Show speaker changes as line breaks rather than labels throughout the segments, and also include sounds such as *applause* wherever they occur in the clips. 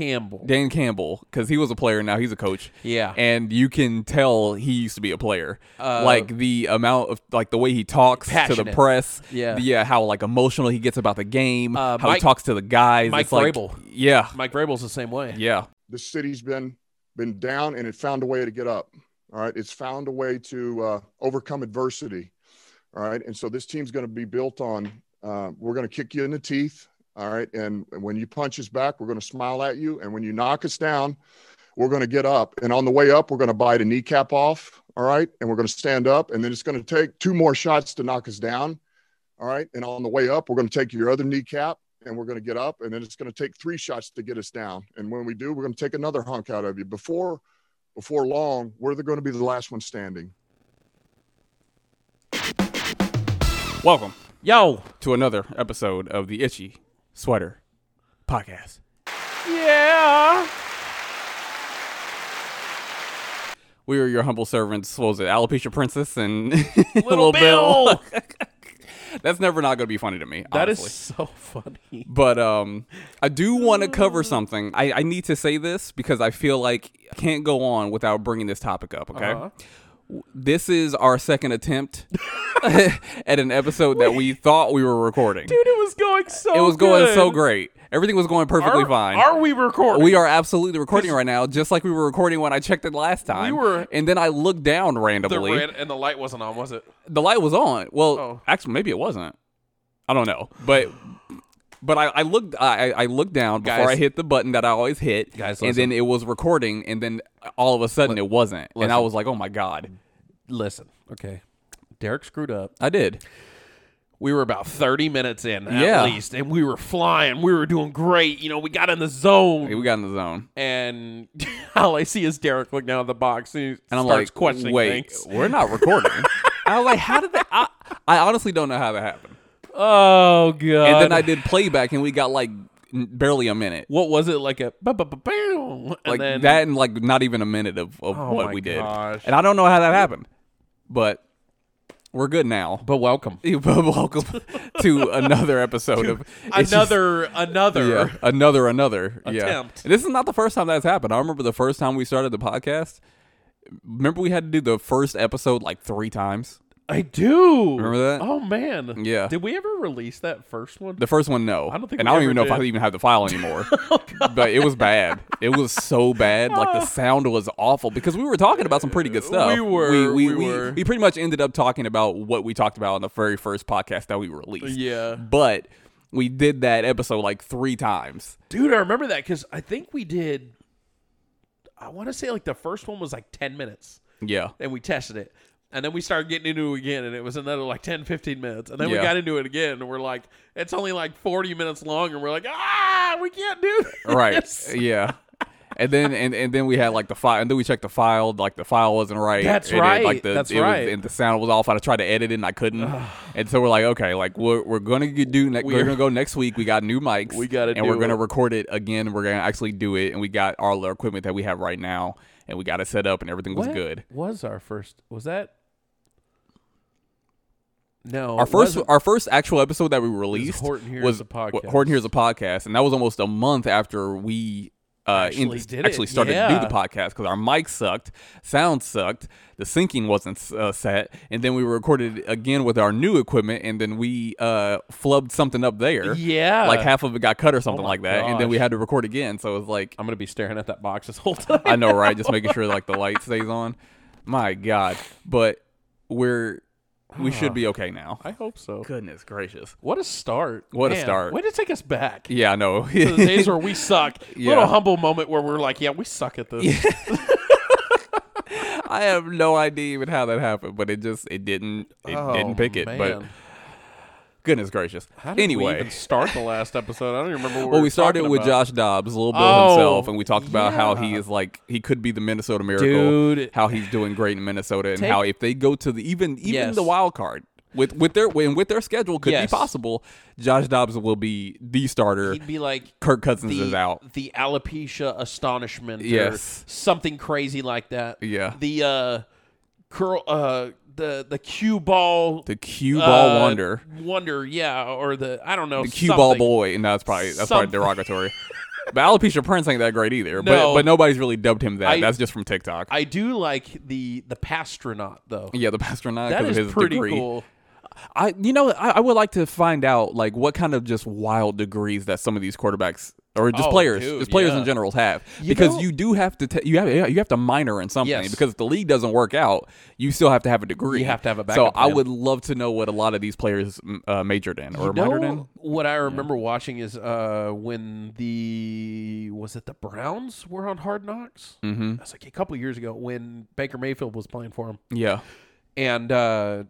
Campbell.
Dan Campbell, because he was a player, now he's a coach.
Yeah.
and you can tell he used to be a player. like the amount of like the way he talks to the
Uh, Passionate.
press.
Yeah.
the- yeah. How like emotional he gets about the game.
Uh,
how he
Mike-
talks to the guys.
Mike
it's like,
Vrabel.
Yeah,
Mike Vrabel's the same way.
yeah.
the city's been been down and it found a way to get up all right it's found a way to uh, overcome adversity all right and so this team's going to be built on uh, we're going to kick you in the teeth all right and when you punch us back we're going to smile at you and when you knock us down we're going to get up and on the way up we're going to bite a kneecap off all right and we're going to stand up and then it's going to take two more shots to knock us down all right and on the way up we're going to take your other kneecap and we're going to get up and then it's going to take three shots to get us down and when we do we're going to take another hunk out of you before before long we're going to be the last one standing
Welcome
Yo.
to another episode of the Itchy Sweater Podcast.
Yeah.
We are your humble servants. What was it? Alopecia Princess and *laughs*
Little, Bill.
That's never not going to be funny to me.
That is
honestly.
so funny.
But um, I do want to cover something. I, I need to say this because I feel like I can't go on without bringing this topic up. Okay,
Uh-huh.
W- this is our second attempt *laughs* at an episode that we thought we were recording.
Dude, *laughs* it was going so.
it was going so
good.
great. Everything was going perfectly
Are,
fine.
are we recording?
we are absolutely recording right now, just like we were recording when I checked it last time.
were-
and then I looked down
the
randomly.
red and the light wasn't on, was it?
the light was on. Well,
Oh.
actually, maybe it wasn't. I don't know, but but I, I looked I, I looked down before
Guys.
I hit the button that I always hit,
Guys,
and
listen.
then it was recording, and then all of a sudden it wasn't, and I
listen.
was like, oh my god,
Listen, okay. Derek screwed up.
I did.
We were about 30 minutes in at
Yeah.
least, and we were flying. We were doing great. You know, we got in the zone.
Hey, we got in the zone,
And *laughs* all I see is Derek looking down at the box and, he
and I'm
starts
like,
questioning
wait,
things.
we're
*laughs*
not recording. I was like, how did that? I, I honestly don't know how that happened.
Oh, God.
And then I did playback, and we got like n- barely a minute.
What was it? Like a. Like
like that and like not even a minute of, of
Oh
what
my
we did
gosh.
and i don't know how that happened but we're good now *laughs*
But welcome.
But welcome *laughs* to another episode
*laughs*
of It's Just-
another, another.
yeah, another another yeah.
Attempt.
And this is not the first time that's happened i remember the first time we started the podcast remember we had to do the first episode like three times
I do.
Remember that?
Oh, man.
Yeah.
Did we ever release that first one?
the first one no
I don't think we
and i don't
ever
even know if i
did. Oh,
even have the file
*laughs*
anymore but it was bad it was so bad
*laughs*
like the sound was awful because we were talking about some pretty good stuff
We were,
we,
we were.
we pretty much ended up talking about what we talked about on the very first podcast that we released
Yeah.
but we did that episode like three times
Dude, I remember that because I think we did. I want to say like the first one was like 10 minutes
yeah
and we tested it. And then we started getting into it again and it was another like 10, 15 minutes. And then we
Yeah.
got into it again and we're like, it's only like 40 minutes long. And we're like, ah, we can't do this.
*laughs* right yeah and then and, and then we had like the file and then we checked the file like the file wasn't right
That's
and it, like
right.
the,
That's
it was-
right.
and the sound was off and i tried to edit it and i couldn't and so we're like okay like we're, we're gonna g- do ne- we're,
We're-
gonna go next week we got new mics
We gotta
and we're
do
gonna
it.
record it again we're gonna actually do it and we got all the equipment that we have right now and we got it set up and everything was
What
good
Was our first, was that? No.
our
it
first
wasn't.
our first actual episode that we released
Horton Hears
was
a Podcast.
Horton Hears a podcast, and that was almost a month after we uh,
Actually did it,
actually started to do
yeah.
the podcast because our mic sucked, sound sucked, the syncing wasn't uh, set, and then we recorded again with our new equipment, and then we uh, flubbed something up there.
Yeah. Oh
like half of it got cut or something
my
like that, and then we
gosh.
had to record again. So it was like
I'm going to be staring at that box this whole *laughs* time.
I know, right? Just making sure like the light stays on. My God, but we're we should be okay now.
I hope so.
Goodness gracious.
What a start.
What a
Man,
start.
Way to take us
*laughs*
back.
Yeah, I know.
to the days where we suck.
Yeah.
Little humble moment where we're like, yeah, we suck at this. *laughs*
I have no idea even how that happened, but it just it didn't it didn't pick it. But
Oh, man.
goodness gracious.
How did we
Anyway,
even start the last episode. I don't even remember. What
well,
were
we started
talking
with
about.
Josh Dobbs, Little Bill
Oh,
himself, and we talked about how he
yeah.
is like he could be the Minnesota Miracle,
Dude.
how he's doing great in Minnesota, and
Take-
how if they go to the even even
Yes.
the wild card. With, with their when with their schedule could
Yes.
be possible, Josh Dobbs will be the starter.
He'd be like
Kirk Cousins
the
is out.
the alopecia astonishment. or
Yes.
something crazy like that.
Yeah.
the uh, curl, uh, the the cue ball,
The cue ball
uh,
wonder,
wonder, yeah, or the I don't know
the cue ball
something.
boy, and that's probably that's
Something.
probably derogatory. But alopecia Prince ain't that great either. But
No.
but nobody's really dubbed him that.
I-
That's just from TikTok.
I do like the the pastronaut though.
yeah, the pastronaut
that
because of
is
his
pretty
degree.
cool.
I you know I, I would like to find out like what kind of just wild degrees that some of these quarterbacks or just
Oh,
players
dude,
just players
yeah.
in general have because
know-
you do have to ta- you have yeah, you have to minor in something
Yes.
because if the league doesn't work out you still have to have a degree
You have to have a
so
backup
I
plan.
would love to know what a lot of these players mm, uh, majored in or
You
minored
know
in
what I remember watching is uh, when the was it the Browns were on Hard Knocks?
Mhm.
That's like a couple years ago when Baker Mayfield was playing for him,
yeah
and uh,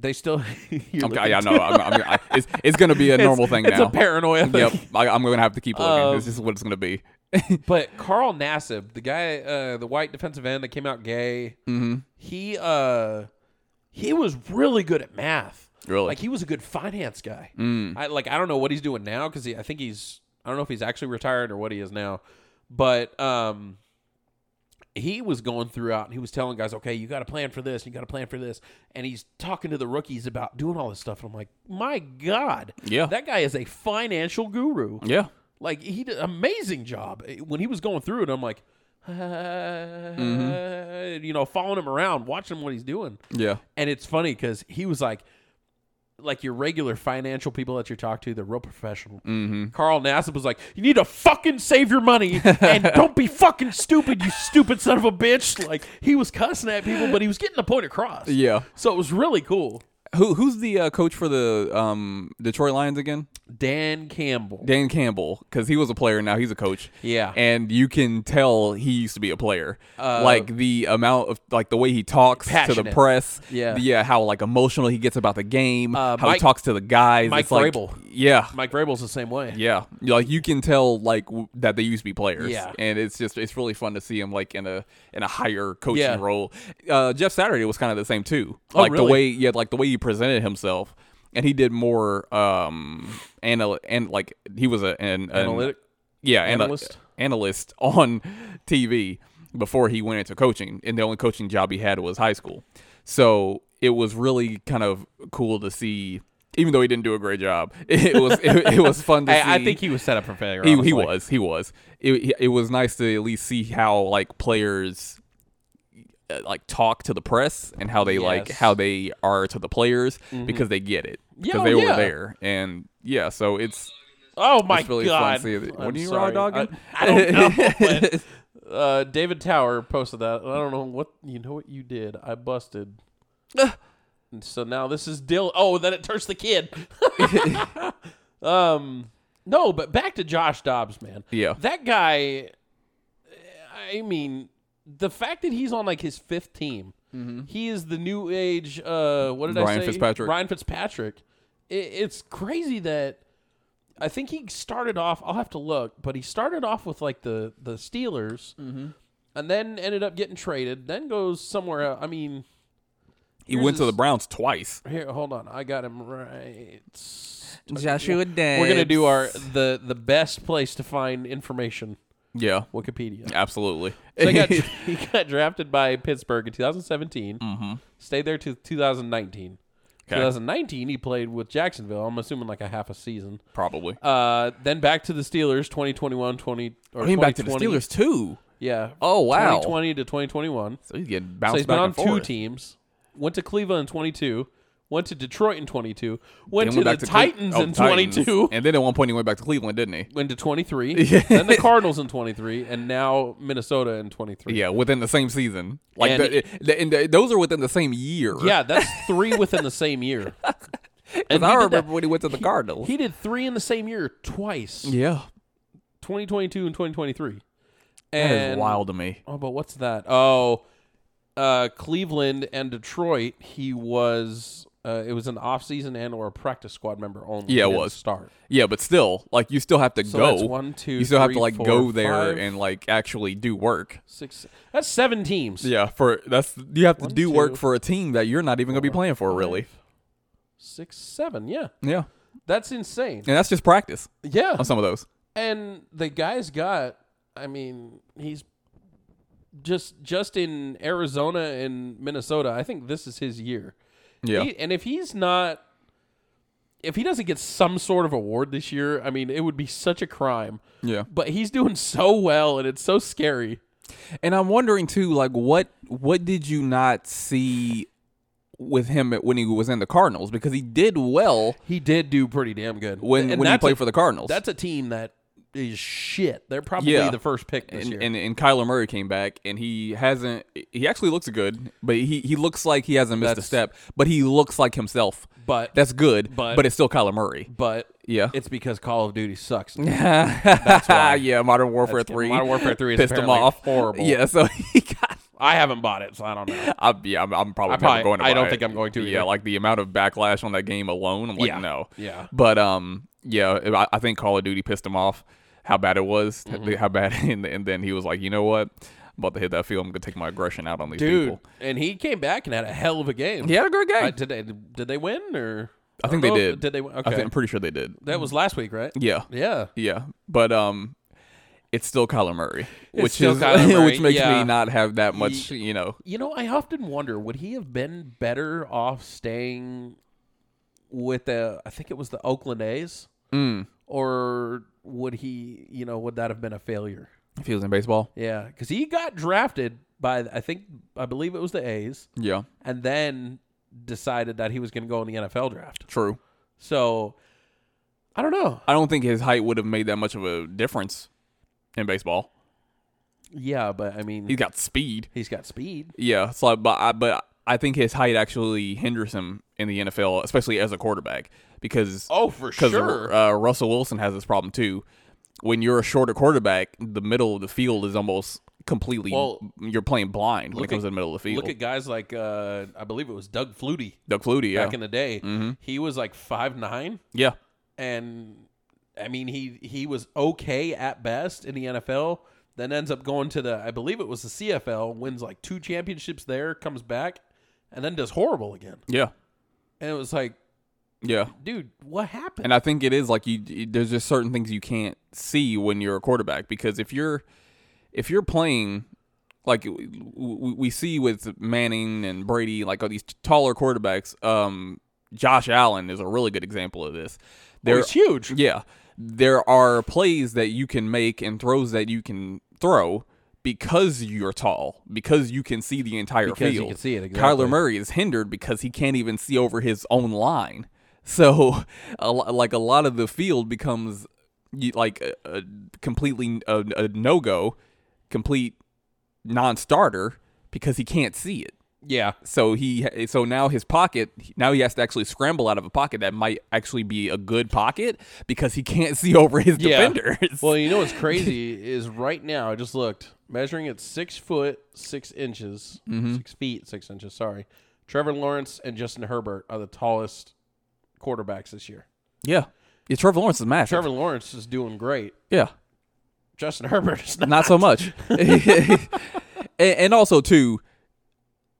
they still. *laughs* you're
I'm,
looking
yeah
too-
no I'm, I'm, I, it's it's gonna be a
*laughs*
normal thing
it's
now
a paranoia thing.
yep I, I'm gonna have to keep looking
Um,
this is what it's gonna be
*laughs* But Carl Nassib, the guy, uh, the white defensive end that came out gay,
hmm
he uh, he was really good at math.
Really? Mm,
like he was a good finance guy. *laughs* I like I don't know what he's doing now because I think he's I don't know if he's actually retired or what he is now, but um, he was going throughout and he was telling guys, okay, you got to plan for this, you got to plan for this, and he's talking to the rookies about doing all this stuff. And I'm like, my God,
Yeah.
that guy is a financial guru.
yeah
Like he did an amazing job eh, when he was going through it. I'm like, *laughs* you know, following him around, watching what he's doing,
yeah
and it's funny because he was like, like your regular financial people that you talk to, they're real professional.
Mm-hmm.
Carl Nassib was like, you need to fucking save your money
*laughs*
and don't be fucking stupid, you stupid son of a bitch. Like he was cussing at people, but he was getting the point across.
yeah
So it was really cool.
who who's the uh, coach for the um, Detroit Lions again
Dan Campbell.
Dan Campbell because he was a player now he's a coach.
Yeah. Uh,
and you can tell he used to be a player. like the amount of like the way he talks to the
Passionate.
press.
Yeah.
the- yeah. How like emotional he gets about the game.
Uh,
how he
Mike-
talks to the guys.
Mike
it's like,
Vrabel.
Yeah.
Mike Vrabel's the same way.
Yeah, like you can tell, like w- that they used to be players,
Yeah.
and it's just it's really fun to see him like in a in a higher coaching
Yeah. Oh,
role. Uh, Jeff Saturday was kind of the same too, like the
really?
way yeah, like the way he presented himself, and he did more um anal- and like he was a, an, an
Analytic?
yeah ana-
Analyst?
analyst *laughs* on TV before he went into coaching, and the only coaching job he had was high school. So it was really kind of cool to see, even though he didn't do a great job. *laughs* It was it, it was fun to see.
I, I think he was set up for failure.
he, he
honestly.
was he was. It, he- it was nice to at least see how like players uh, like talk to the press and how they like
Yes. Mm-hmm.
how they are to the players because they get it
Yeah,
because
oh,
they
yeah.
were there and yeah so it's
Oh my
really fun
god!
to see that-
I'm
what are you
sorry.
raw dogging?
I, I don't
*laughs*
know. but, uh, David Tower posted that. I don't know what you know what you did. I busted. and so now this is Dill. Oh, then it turns the kid. um, no, but back to Josh Dobbs, man.
Yeah.
that guy. I mean, the fact that he's on like his fifth team. He is the new age. Uh, what did I
Ryan
say?
Fitzpatrick.
Ryan Fitzpatrick. It, it's crazy that I think he started off. I'll have to look, but he started off with like the the Steelers, and then ended up getting traded. Then goes somewhere. Else. I mean,
he
Yours
went to
is-
the Browns twice.
here, hold on. I got him right.
Joshua Day.
We're gonna do our the the best place to find information.
Yeah,
Wikipedia.
absolutely.
So he got, he got drafted by Pittsburgh in 2017. Mm-hmm. Stayed there to 2019. 2019, he played with Jacksonville. I'm assuming like a half a season.
*laughs* Probably.
Uh, then back to the Steelers, 2021, 20 or
I mean, Oh, back to the
2020.
Steelers too.
Yeah.
Oh, wow.
2020 to 2021.
So he's getting bounced
So he's
back
been on
and forth.
two teams. Went to Cleveland in 22. Went to Detroit in 22. Went
Then
to
went
the
back to Cle-
Titans
oh,
in
Titans.
22.
and then at one point he went back to Cleveland, didn't he?
Went to
*laughs*
23. then the Cardinals in 23, and now Minnesota in 23.
Yeah, within the same season. Like
And-
the, the, and the, those are within the same year.
Yeah, that's three within the same
*laughs*
year.
because
and
I
he did that-
remember when he went to the Cardinals.
He did three in the same year twice,
yeah,
2022 and 2023.
that
And
is wild to me.
Oh, but what's that? Oh, uh, Cleveland and Detroit. He was. Uh, it was an off-season and or a practice squad member only.
Yeah, it
He didn't
was.
start.
Yeah, but still, like you still have to
So
go.
that's one, two,
you still have to
three,
like
four,
go there
five.
and like actually do work.
Six. That's seven teams.
Yeah, for that's you have to
One,
do
two,
work for a team that you're not even going to be playing for, really.
Five, Six, seven. Yeah,
Yeah,
that's insane.
and that's just practice
Yeah,
on some of those.
and the guy's got i mean he's just just in arizona and minnesota i think this is his year
Yeah,
He- and if he's not if he doesn't get some sort of award this year, I mean, it would be such a crime.
Yeah.
But he's doing so well, and it's so scary.
And I'm wondering too, like what what did you not see with him when he was in the Cardinals? Because he did well
He did do pretty damn good
when
And
when he
that's
played
a-
for the Cardinals.
That's a team that is shit. They're probably
Yeah.
the first pick this
and,
year.
and and Kyler Murray came back and he hasn't. He actually looks good, but he he looks like he hasn't missed a
That's-
step. But he looks like himself.
but
That's good,
But-
it's still Kyler Murray.
but
Yeah.
it's because Call of Duty sucks. why.
*laughs* yeah, Modern Warfare
That's-
Three.
Modern Warfare 3 is
pissed him
apparently
off.
horrible.
Yeah, so *laughs* he got.
I haven't bought it, so I don't
*laughs*
know.
I'm, yeah, I'm, I'm
I
probably never
probably-
going to.
I don't
buy
think
it.
I'm going to
Yeah,
either.
like the amount of backlash on that game alone. I'm like,
Yeah.
no.
Yeah.
But um, yeah, I, I think Call of Duty pissed him off. How bad it was.
Mm-hmm.
How bad, *laughs* and, and then he was like, you know what? I'm about to hit that field. I'm gonna take my aggression out on these
Dude,
people.
and he came back and had a hell of a game.
He had a great game.
Uh, did they did they win or
I think they
don't know if-
did.
Did they win?
I
Okay.
am pretty sure they did.
that was last week, right?
Yeah,
Yeah.
yeah. But um, it's still Kyler Murray, which
still
is
Kyler Murray,
*laughs* which makes
yeah.
me not have that much. You know,
You know, I often wonder would he have been better off staying with the I think it was the Oakland A's
Mm.
or would he, you know, would that have been a failure?
if he was in baseball.
Yeah, because he got drafted by I think I believe it was the A's,
Yeah,
and then decided that he was going to go in the NFL draft.
true.
So I don't know.
I don't think his height would have made that much of a difference in baseball.
Yeah, but I mean,
He's got speed.
he's got speed.
Yeah, so but I, but I think his height actually hinders him in the NFL, especially as a quarterback, because
Oh, for
because uh, Russell Wilson has this problem too. When you're a shorter quarterback, the middle of the field is almost completely
Well,
you're playing blind when it
look
comes
at-
to the middle of the field.
Look at guys like uh, I believe it was Doug Flutie
Doug Flutie, yeah, Mm-hmm.
back in the day. He was like five nine,
yeah,
and I mean he he was okay at best in the NFL. Then ends up going to the I believe it was the CFL, wins like two championships there, comes back, and then does horrible again.
yeah,
And it was like,
yeah.
dude, what happened?
And I think it is like you. you- There's just certain things you can't see when you're a quarterback because if you're if you're playing like w- w- we see with Manning and Brady, like all these taller quarterbacks. Um, Josh Allen is a really good example of this.
it
There,
was Oh, huge.
Yeah. There are plays that you can make and throws that you can throw because you're tall, because you can see the entire
Because you
field.
can see it, exactly.
Kyler Murray is hindered because he can't even see over his own line. *laughs* So, a, lo- like a lot of the field becomes you- like a, a completely a, a no go, complete non starter because he can't see it.
Yeah.
So he so now his pocket now he has to actually scramble out of a pocket that might actually be a good pocket because he can't *laughs* see over his
Yeah.
defenders.
Well, you know what's crazy is right now. I just looked, measuring at six foot six inches,
Mm-hmm.
six feet six inches. Sorry, Trevor Lawrence and Justin Herbert are the tallest quarterbacks this year.
*laughs* yeah. Yeah, Trevor Lawrence is massive.
Trevor Lawrence is doing great.
yeah,
Justin Herbert is not.
not
*laughs*
so much. *laughs* and, and also too,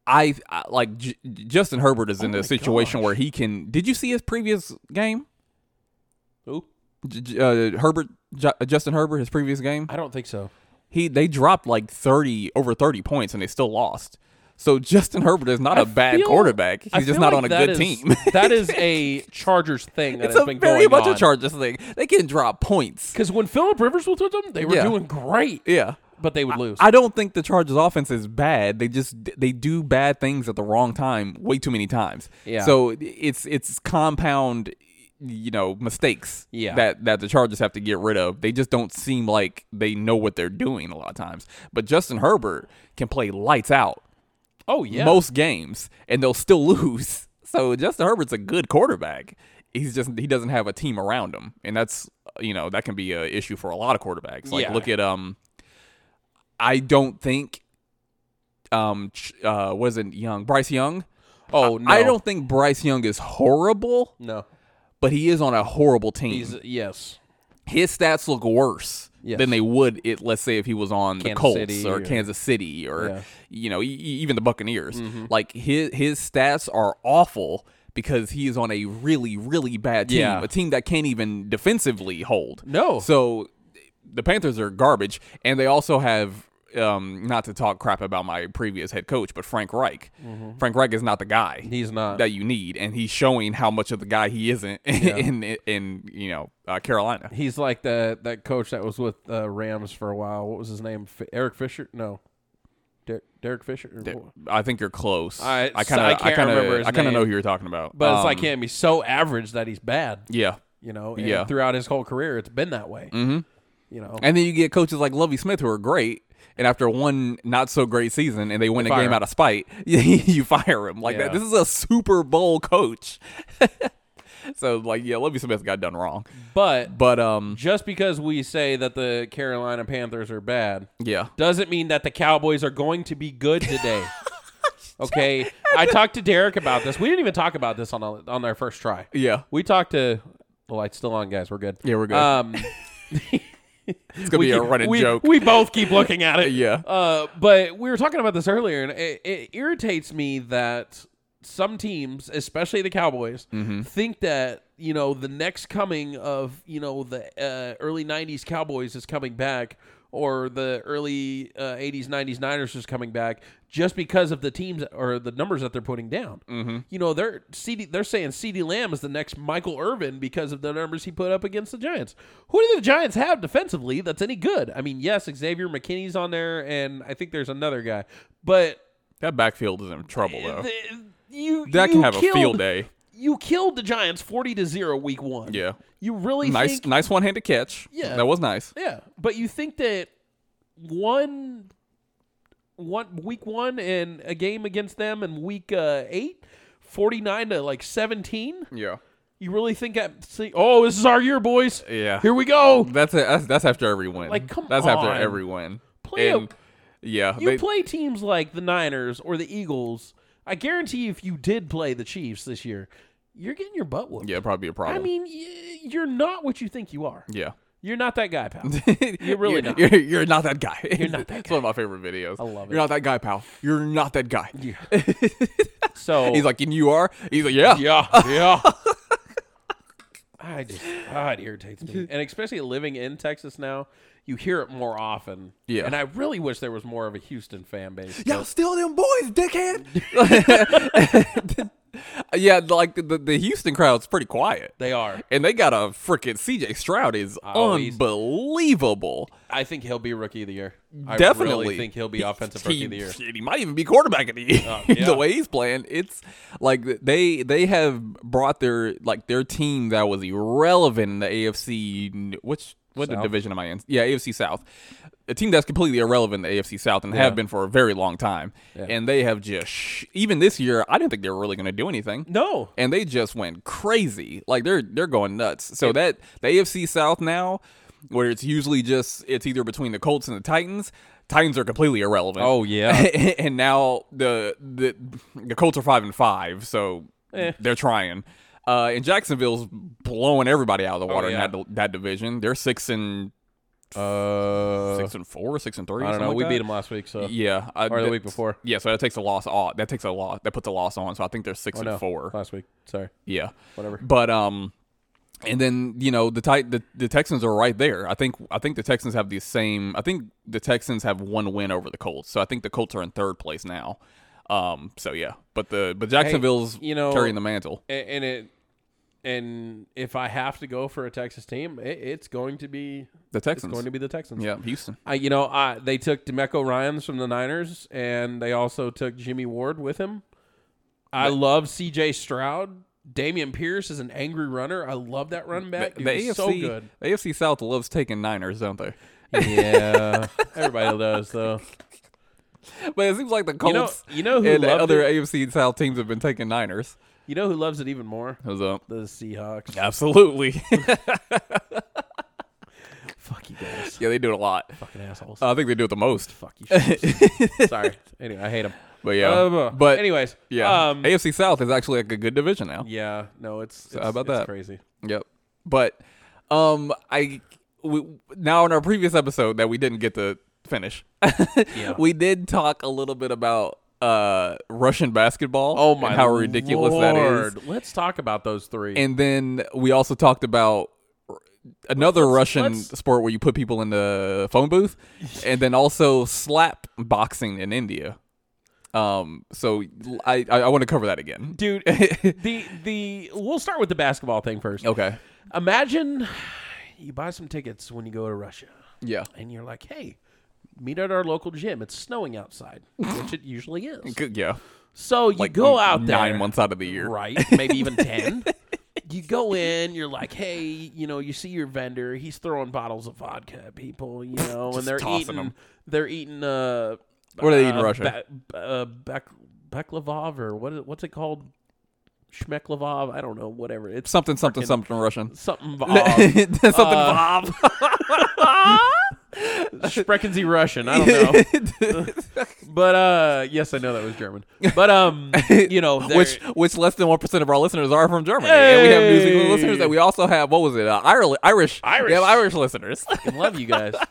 I, I like J- Justin Herbert is in
Oh
a situation where he can. Did you see his previous game?
Ooh,
J- J- uh, Herbert, J- Justin Herbert, his previous game.
I don't think so.
he they dropped like 30 over 30 points and they still lost so justin herbert is not a bad
feel-
quarterback
I
he's just
feel
not
like
on a
that
good
is-
team *laughs*
that is a Chargers thing that
it's
has
a
been
very
going
much
on.
a chargers thing they can drop points
Because when Philip Rivers was with them, they were
Yeah.
doing great,
yeah
but they would lose.
i don't think the chargers offense is bad they just they do bad things at the wrong time way too many times
Yeah.
so it's it's compound you know mistakes
Yeah.
that that the chargers have to get rid of they just don't seem like they know what they're doing a lot of times but justin herbert can play lights out
oh yeah,
most games and they'll still *laughs* lose. So Justin Herbert's a good quarterback. He's just he doesn't have a team around him, and that's uh, you know that can be a issue for a lot of quarterbacks. Like
Yeah.
look at um, I don't think um Ch- uh wasn't Young Bryce Young.
Oh no,
I don't think Bryce Young is horrible,
No,
but he is on a horrible team.
he's yes.
His stats look worse
Yes.
than they would it. Let's say if he was on the
Kansas
Colts
City
or,
or-
Kansas City or
Yeah. Mm-hmm.
you know e- e- even the Buccaneers. Like his his stats are awful because he is on a really really bad team,
Yeah.
a team that can't even defensively hold.
No.
so the Panthers are garbage, and they also have um, not to talk crap about my previous head coach, but Frank Reich. Frank Reich is not the guy
Mm-hmm. He's not.
that you need, and he's showing how much of the guy he isn't *laughs* in, in you know uh, Carolina.
He's like the that coach that was with uh, Rams for a while. What was his name? F- Eric Fisher? No, Der- Derek Fisher. Or what?
I think you're close.
I-
I
so
kind
I
of, I
can't
kind
remember
of,
his
I kind of know
name.
who you're talking about.
But it's like
Um,
him. He's so average that he's bad.
yeah.
You know. And
Yeah.
Throughout his whole career, it's been that way.
Mhm.
You know.
And then you get coaches like Lovey Smith who are great, and after one not so great season, and they win a
fire
game
him.
out of spite, *laughs* you fire him like
Yeah.
that. This is a Super Bowl coach. *laughs* so like, yeah, Lovey Smith got done wrong,
but
but um,
just because we say that the Carolina Panthers are bad,
yeah,
doesn't mean that the Cowboys are going to be good
*laughs*
today. okay, I talked to Derek about this. We didn't even talk about this on on our first try.
yeah, Uh,
We talked to. The light's still on, guys. We're good.
Yeah, we're good.
Um,
it's gonna be a
keep-
running
we,
joke.
We both keep looking
*laughs*
at it.
Yeah.
Uh, but we were talking about this earlier, and it, it irritates me that some teams, especially the Cowboys,
Mm-hmm.
think that you know the next coming of you know the uh, early '90s Cowboys is coming back. Or the early uh, '80s, '90s Niners is coming back just because of the teams or the numbers that they're putting down. Mm-hmm. You know, they're CD, they're saying CD Lamb is the next Michael Irvin because of the numbers he put up against the Giants. Who do the Giants have defensively that's any good? I mean, yes, Xavier McKinney's on there, and I think there's another guy, but
that backfield is in trouble though.
th- you
That can
you
have a
killed-
field day.
You killed the Giants forty to zero week one.
Yeah.
you really
Nice,
think,
nice one-handed catch.
Yeah.
that was nice.
yeah, but you think that one one week one and a game against them in week uh, eight. 49 to like 17
Yeah,
you really think i see oh this is our year boys
yeah.
here we go
That's, a, that's that's after every win.
Like, come
that's
on.
after every win.
Play a-
And, yeah,
you
they-
play teams like the niners or the eagles i guarantee you if you did play the chiefs this year you're getting your butt whooped
yeah, probably a
i
problem.
mean y- you're not what you think you are *laughs*
yeah.
you're not that guy
*laughs*
pal
you're
really
you're,
not.
You're, you're not that guy. You're *laughs*
not that
It's one of my favorite videos. I
love
You're not that guy, pal. You're not that guy.
so
He's like, and you are. He's like, yeah.
yeah yeah i just ah, it irritates *laughs* me and especially living in texas now you hear it more often
Yeah.
and i really wish there was more of a houston fan base
*laughs* Y'all still them boys, dickhead. *laughs* yeah, like the, the Houston crowd's pretty quiet,
they are
and they got a freaking CJ Stroud is
Oh, he's-
unbelievable.
I think he'll be rookie of the year. I
Definitely
really think he'll be offensive
he,
rookie of the year. Uh,
shit, He might even be quarterback of the year. *laughs*
yeah.
the way he's playing, it's like they they have brought their like their team that was irrelevant in the AFC. n- Which what
South.
division am I in? Yeah, AFC South. A team that's completely irrelevant in the AFC South and have been for a very long time. And they have just sh- even this year. I didn't think they were really going to do anything
No,
and they just went crazy. Like they're they're going nuts. So that the AFC South now, where it's usually just it's either between the Colts and the Titans. Titans are completely irrelevant.
Oh, yeah.
*laughs* and now the the the Colts are five and five, so
Eh.
they're trying. Uh, and Jacksonville's blowing everybody out of the water
Oh, yeah.
in that that division. They're six and
uh,
six and four, six and three.
I don't
something
know.
like
we
that.
beat him last week, so
Yeah, I,
Or the week
that's-
before.
Yeah, so that takes a loss off. That takes a loss. That puts a loss on. So I think they're six
Oh, no, Uh,
and four.
last week. Sorry,
Yeah.
Whatever.
But um and then, you know, the tight the, the Texans are right there. I think I think the Texans have the same I think the Texans have one win over the Colts. So I think the Colts are in third place now. Um so yeah. But the but Jacksonville's
you know-
carrying the mantle.
A- and, it and if I have to go for a Texas team, it, it's going to be
The
it's
Texans.
going to be the Texans.
yeah, Houston.
I, you know, I, they took Demeco Ryan's from the Niners, and they also took Jimmy Ward with him. I love C.J. Stroud. Damian Pierce is an angry runner. I love that run back.
The,
Dude,
AFC
he's so good.
the AFC South loves taking Niners, don't they?
*laughs*
*laughs*
Yeah, everybody does though.
But it seems like the
*laughs* You know-
Colts
you know who
and
loved
other
it?
AFC South teams have been taking Niners.
You know who loves it even more?
What's up?
The Seahawks.
Absolutely.
Fuck you guys.
*laughs* yeah, they do it a lot.
Fucking assholes.
I think they do it the most.
Fuck you. shitheads. *laughs* Sorry. Anyway, I hate them.
But yeah.
but
but
anyways,
Yeah.
um,
AFC South is actually like a good division now.
yeah. No, it's, it's
how about
it's
that?
Crazy.
Yep. But um I we, now in our previous episode that we didn't get to
*laughs*
finish. We did talk a little bit about uh Russian basketball
Oh my,
and how ridiculous that is.
Let's talk about those three.
And then we also talked about another
Let's-
Russian
let's-
sport where you put people in the phone booth,
*laughs*
and then also slap boxing in India. Um, so I I, I want to cover that again. *laughs*
dude. the the we'll start with the basketball thing first.
Okay.
Imagine you buy some tickets when you go to Russia,
Yeah.
and you're like, hey, meet at our local gym. It's snowing outside, which it usually
*laughs*
is.
Good- Yeah.
So you
Like
go out there
nine months out of the year. *laughs*
right? Maybe even ten. You go in, you're like, hey, you know, you see your vendor, he's throwing bottles of vodka at people,
*laughs*
you know, and
Just
they're
tossing
eating,
'em.
they're eating, uh,
What are they eating in
uh,
Russia?
Ba- uh, bak- baklavov or what? What's it called? Shmeklavov? I don't know. Whatever. It's
Something something something Russian. *laughs*
something.
something
um, uh,
Bob.
*laughs* Sprechen Sie Russian? I don't
*laughs*
know. But uh, yes, I know that was German. But um, you know,
which
they're-
which less than one percent of our listeners are from Germany, and we have New Zealand
Hey!
listeners, and we also have what was it, uh, Ireland, Irish,
Irish.
we have Irish listeners. *laughs*
fucking love you guys. *laughs*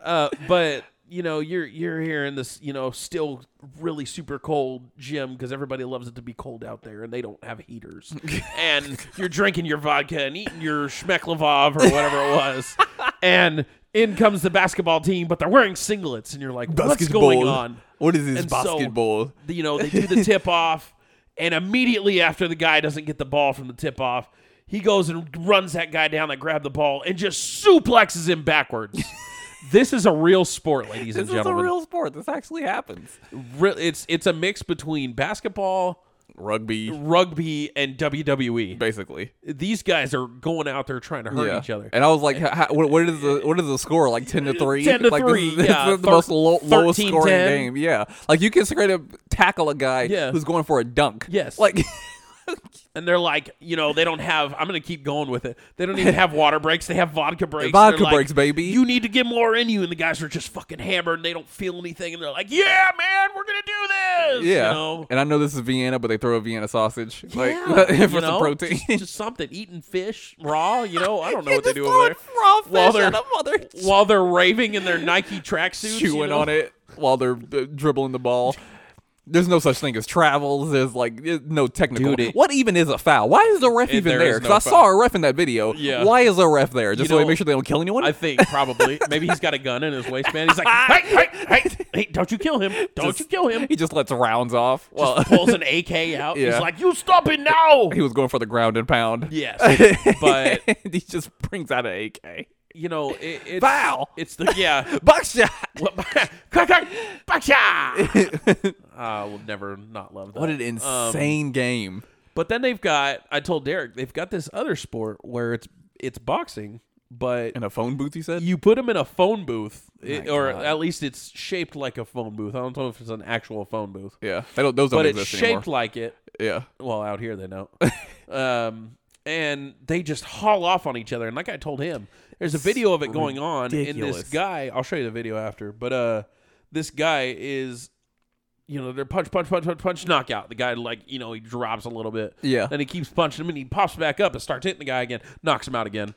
Uh, but you know, you're you're here in this, you know, still really super cold gym because everybody loves it to be cold out there, and they don't have *laughs* heaters. and you're drinking your vodka and eating your shmeklavov or whatever it *laughs* was, and in comes the basketball team, but they're wearing singlets, and you're like, what's going on?
What is this
And so-
basketball?
you know, they do the
*laughs*
tip off, and immediately after the guy doesn't get the ball from the tip off, he goes and runs that guy down that grabbed the ball and just suplexes him
*laughs*
backwards. this is a real sport, ladies and
this is a
gentlemen.
real sport. This actually happens.
Re- it's it's a mix between basketball,
Rugby,
rugby, and WWE.
basically.
These guys are going out there trying to hurt each other.
And I was like, how, what, what is the what is the score? Like ten
*laughs*
to three.
10 to
like,
three,
This is, *laughs*
yeah.
this is the
Thir-
most low, lowest
13,
scoring
10.
game. Yeah. Like you can straight up tackle a guy
Yeah.
who's going for a dunk.
Yes. *laughs*
Like *laughs*
and they're like, you know, they don't have. I'm gonna keep going with it. They don't
*laughs*
even have water breaks. They have vodka breaks.
Vodka
They're like,
breaks, baby.
You need to get more in you. And the guys are just fucking hammered. and They don't feel anything. And they're like, yeah, man, we're gonna do this.
yeah.
You know?
And I know this is Vienna, but they throw a Vienna sausage like
Yeah,
*laughs* for
you
some
know,
protein.
just, just something eating fish raw. You know, I
*laughs*
don't know
You
what they
just
do
throw
over
a
there.
raw fish
While they're-
at 'em while they're
While they're raving in their
*laughs*
Nike tracksuits,
chewing
you know?
on it while they're uh, dribbling the ball. There's no such thing as travels. There's like there's no technical.
Dude, it-
what even is a foul? Why is the ref
It-
even
there
there?
is
Because
no
I saw a ref in that video.
Yeah.
Why is a ref there? Just
You
so they
know,
make sure they don't kill anyone.
I think probably maybe he's got a gun in his waistband.
*laughs*
He's like, hey, hey, hey, hey, don't you kill him! Don't
Just-
you kill
*laughs*
him!
he just lets rounds off. Well, *laughs*
Pulls an AK out.
Yeah.
He's like, you stop it now!
he was going for the ground and pound.
Yes,
*laughs*
but
he just brings out an
*laughs*
AK.
you know, it, it's
Foul.
It's the
*laughs*
yeah.
Box shot.
What-
*laughs*
Cut, cut, back *laughs* shot. Ah, I will never not love that.
What an
Um,
insane game.
but then they've got. I told Derek they've got this other sport where it's it's boxing, but
In a phone booth, you said.
you put them in a phone booth, it-
Oh My
or
God.
at least it's shaped like a phone booth. I don't know if it's an actual phone booth,
yeah, they don't, those don't
but it's
exist
shaped
anymore.
like it.
yeah,
Well, out here they don't. *laughs* um, and they just haul off on each other. And like I told him, there's a video of it going on. And this
ridiculous.
guy, I'll show you the video after, but uh, this guy is, you know, they're punch, punch, punch, punch, punch, knockout. The guy, like, you know, he drops a little bit.
Yeah.
Then he keeps punching him and he pops back up and starts hitting the guy again, knocks him out again,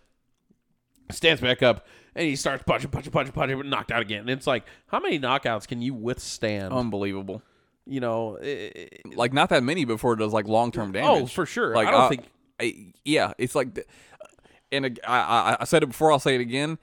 stands back up. And he starts punching, punching, punching, punching, but knocked out again. And it's like, how many knockouts can you withstand?
Um, unbelievable.
you know, i- i-
like not that many before it does like long term damage.
Oh, for sure.
Like
I don't think-
I, yeah, it's like, the, and ag- I, I I said it before. I'll say it again.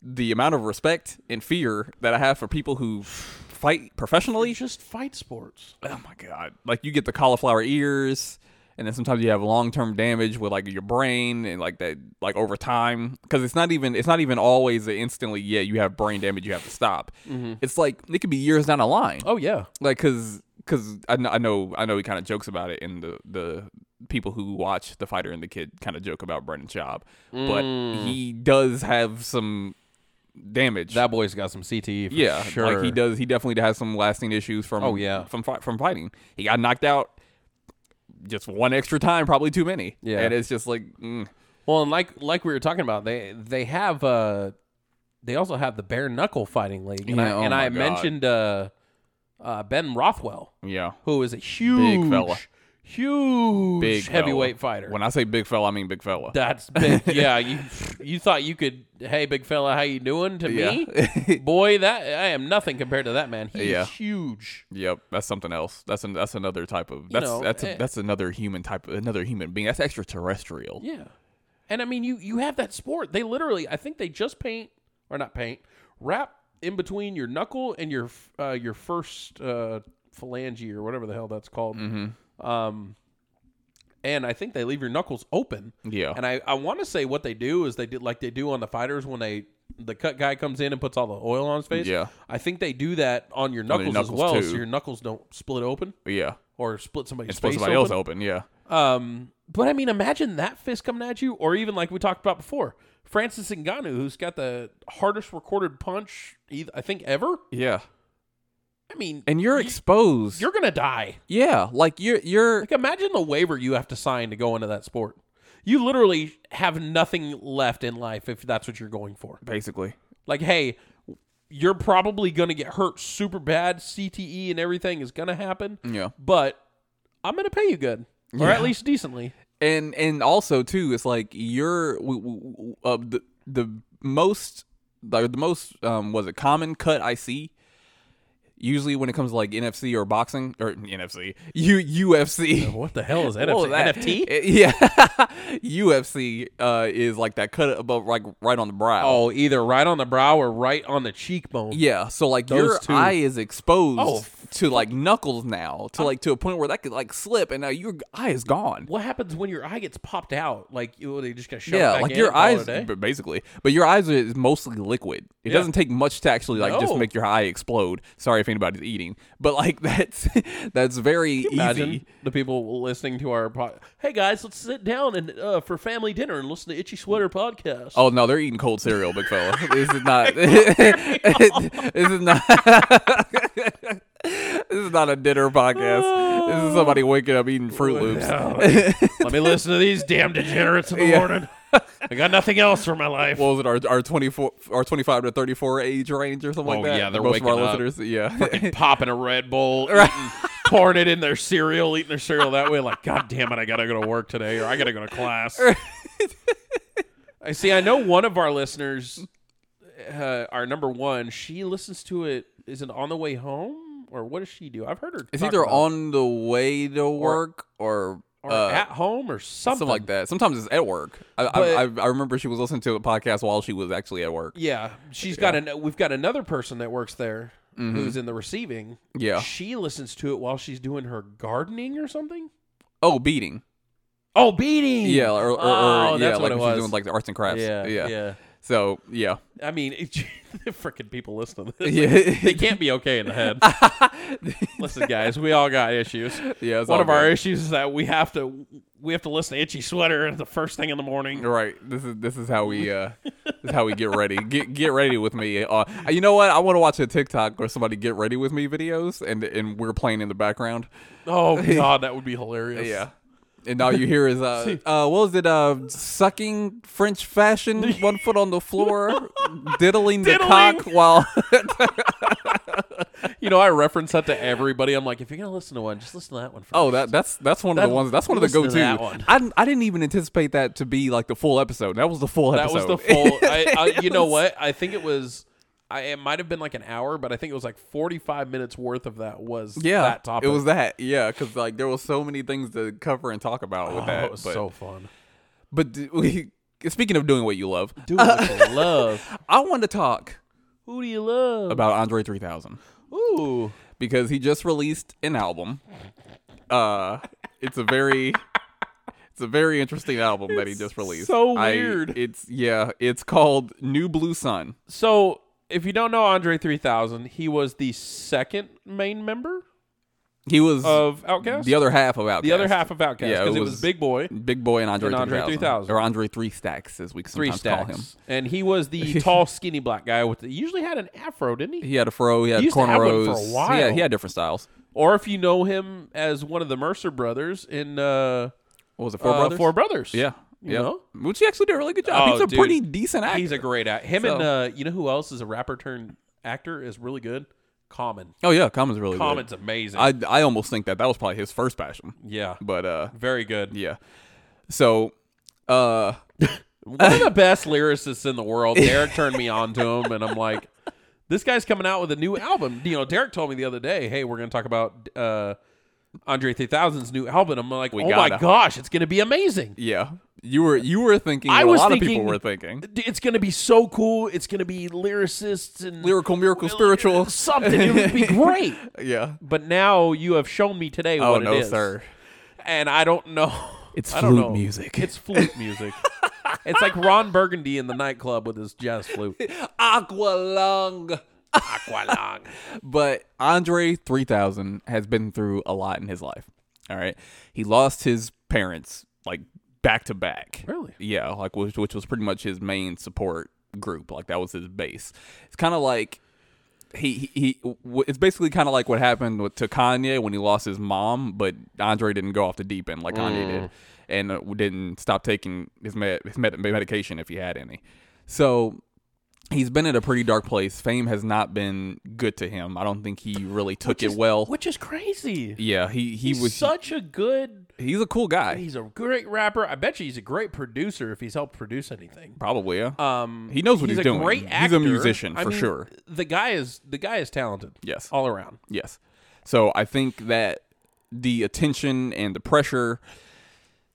The amount of respect and fear that I have for people who fight professionally.
just fight sports.
Oh my god! Like you get the cauliflower ears, and then sometimes you have long term damage with like your brain and like that like over time because it's not even it's not even always a instantly. Yeah, you have brain damage. You have to stop.
Mm-hmm.
It's like it could be years down the line
Oh yeah,
like because because I, kn- I know I know he kind of jokes about it in the the people who watch the fighter and the kid kind of joke about Brendan Schaub,
Mm.
but he does have some damage.
that boy's got some CTE. For
yeah,
sure.
like he does. He definitely has some lasting issues from
Oh, yeah.
from fi- from fighting. He got knocked out just one extra time, probably too many.
Yeah.
and it's just like mm,
Well, and like like we were talking about, they they have uh they also have the bare knuckle fighting league, and I,
Yeah, oh
and
my
I
God.
mentioned uh, uh Ben Rothwell,
yeah.
who is a huge
fella.
huge
Big fella.
heavyweight fighter.
When I say big fella, I mean big fella.
That's big.
*laughs*
yeah, you you thought you could, hey big fella, how you doing to me?
*laughs* yeah.
Boy, that I am nothing compared to that man. He's
Yeah.
huge.
Yep, that's something else. That's an, that's another type of that's
know,
that's
eh.
a, that's another human type of another human being. That's extraterrestrial.
Yeah. And I mean, you you have that sport. They literally, I think they just paint or not paint, wrap in between your knuckle and your uh, your first uh, phalange or whatever the hell that's called.
Mm-hmm.
Um, and I think they leave your knuckles open.
Yeah.
And I, I want to say what they do is they did like they do on the fighters when they the cut guy comes in and puts all the oil on his face.
Yeah.
I think they do that on your
On
knuckles,
your
as
knuckles,
well, so
too.
your knuckles don't split open
yeah.
or split somebody's
It's supposed
face
somebody
open.
else open. Yeah.
Um, but I mean, imagine that fist coming at you, or even like we talked about before, Francis Ngannou, who's got the hardest recorded punch eith- I think ever.
Yeah.
I mean,
And you're
you-
exposed.
you're gonna die.
yeah. Like you're you're
Like, imagine the waiver you have to sign to go into that sport. You literally have nothing left in life if that's what you're going for.
basically.
Like, hey, you're probably gonna get hurt super bad. CTE and everything is gonna happen.
Yeah.
but I'm gonna pay you good, or at least decently.
and and also too it's like you're w- w- w- uh, the the most the, the most um was it common cut i see usually when it comes to like nfc or boxing or nfc u
*laughs*
ufc
What the hell is
What was that? *laughs* Eh, yeah *laughs* ufc uh is like that cut above like right on the brow
Oh, either right on the brow or right on the cheekbone.
yeah so like
Those
your
two.
eye is exposed
Oh, f-
to like knuckles now to like to a point where that could like slip and now your eye is gone
What happens when your eye gets popped out? Like, you, are they just gonna shove it
yeah,
back
like
in and
your
call it a
eyes,
day?
b- basically. But your eyes is mostly liquid. It
Yeah.
doesn't take much to actually like just
No.
make your eye explode. Sorry if anybody's eating, but like *laughs* that's that's very
Imagine
easy.
the people listening to our pod. Hey guys, let's sit down and uh, for family dinner and listen to Itchy Sweater podcast.
Oh no, they're eating cold cereal, big fella. this is not. *laughs* this is not. *laughs* this is not a dinner podcast. This is somebody waking up eating
Oh,
Fruit Loops.
*laughs* Let me listen to these damn degenerates *laughs* in the morning. I got nothing else for my life.
What was it? Our our twenty four, our twenty five to thirty four age range or something
Oh,
like that.
yeah, they're
Most of our
waking up.
listeners. Yeah.
popping a Red Bull, eating, pouring it in their cereal, eating their cereal that way. Like, God damn it, I gotta go to work today, or I gotta go to class. I see. I know one of our listeners, uh, our number one, she listens to it. Is it on the way home, or what does she do? I've heard her.
*laughs* It's
talk
either
about it.
on the way to work or,
or
uh,
at home or something.
something like that. Sometimes it's at work. I, I, I, I remember she was listening to a podcast while she was actually at work.
Yeah, she's got an. We've got another person that works there who's in the receiving.
Mm-hmm. Yeah.
she listens to it while she's doing her gardening or something.
Oh, beating.
Oh, beating.
Yeah, or, or, or
Oh,
yeah,
that's
like
what it
when
was.
she's doing like the arts and crafts.
yeah, yeah, yeah.
So *laughs* yeah,
I mean, *laughs* it, the freaking people listening
*laughs*
to this,
Yeah.
they can't be okay in the
*laughs*
head. Listen, guys, we all got issues.
Yeah, it's
one
all
of our
good.
issues is that we have to we have to listen to Itchy Sweater the first thing in the morning.
you're right. This is this is how we uh, this is how we get *laughs* ready. Get get ready with me. Uh, you know what? I want to watch a TikTok or somebody get ready with me videos, and and we're playing in the background.
Oh
*laughs*
God, that would be hilarious.
Yeah. And all you hear is *laughs* uh, uh what was it? Uh, sucking French fashion, *laughs* one foot on the floor, diddling, the
Diddling.
cock while *laughs*
you know, I reference that to everybody. I'm like, if you're gonna listen to one, just listen to that one first.
Oh, that that's that's one of
That-
the ones. That's one of the
listen
go
to
to.
that one.
I didn't- I didn't even anticipate that to be like the full episode. That was the full
that was
episode.
the
*laughs*
full. I, I, you know what? I think it was. I, it might have been like an hour, but I think it was like 45 minutes worth of that was
yeah,
that topic.
it was that. Yeah, because like there was so many things to cover and talk about with
Oh,
that.
it was
but
so fun.
but d- we, *laughs* speaking of doing what you love,
Do what you
*laughs*
love.
I want to talk
Who do you love?
about Andre three thousand.
Ooh.
because he just released an album. Uh, it's a very, it's a very interesting album that he just released.
so
I-
weird.
it's yeah. It's called New Blue Sun.
So, if you don't know Andre 3000, he was the second main member
He was
of Outkast.
the other half of Outkast.
The other half of Outkast because it,
Yeah,
was Big Boy,
Big Boy and Andre,
and Andre 3000.
or Andre Three Stacks, as we
three
sometimes call him.
stacks, and he was
*laughs*
the tall, skinny black guy with. The, he usually had an afro, didn't he?
He had a fro. He had
used to have one for a
cornrows. Yeah,
while.
he had different styles.
Or if you know him as one of the Mercer brothers in uh,
What was it? Four
uh,
brothers.
Four Brothers.
Yeah.
You
Yeah.
know?
Which he actually did a really good job.
Oh,
He's a
dude.
pretty decent actor.
he's a great actor. Him and
So-
uh, you know who else is a rapper turned actor is really good. Common.
oh yeah, Common's really
Common's amazing.
good. I I almost think that that was probably his first passion.
yeah,
But uh
very good.
yeah. So uh
One
*laughs*
of the best lyricists in the world. Derek turned me on to him, and I'm like, this guy's coming out with a new album. You know, Derek told me the other day, hey, we're going to talk about uh, Andre 3000's new album. I'm like,
We
oh my
gotta."
gosh, it's gonna be amazing.
Yeah, you were you were thinking.
I
what
was
a lot of
thinking-
people were thinking.
D- It's gonna be so cool. It's gonna be lyricists and
Lyrical, miracle, spiritual,
something. It would
*laughs*
be great.
yeah.
But now you have shown me today
Oh
what
no,
it is,
sir.
and I don't know.
It's
I don't
flute
know.
music.
It's flute
*laughs*
music. it's like Ron Burgundy in the nightclub with his jazz
*laughs*
flute.
Aqualung.
Aqualung.
But Andre 3000 has been through a lot in his life. All right. He lost his parents like back to back.
Really?
Yeah, like which, which was pretty much his main support group. Like that was his base. It's kind of like he, he, he w- it's basically kind of like what happened with, to Kanye when he lost his mom, but Andre didn't go off the deep end like Kanye did, and uh, didn't stop taking his med, his med- medication if he had any. So he's been in a pretty dark place. Fame has not been good to him. I don't think he really took it well.
which is crazy.
yeah, he Oh. he
He's
was
such a good.
he's a cool guy.
He's a great rapper. I bet you he's a great producer if he's helped produce anything.
Probably yeah.
Um,
He knows what he's
a
doing.
Great
He's a
actor.
musician
I
for
mean,
sure.
The guy is the guy is talented.
Yes.
all around.
Yes. So I think that the attention and the pressure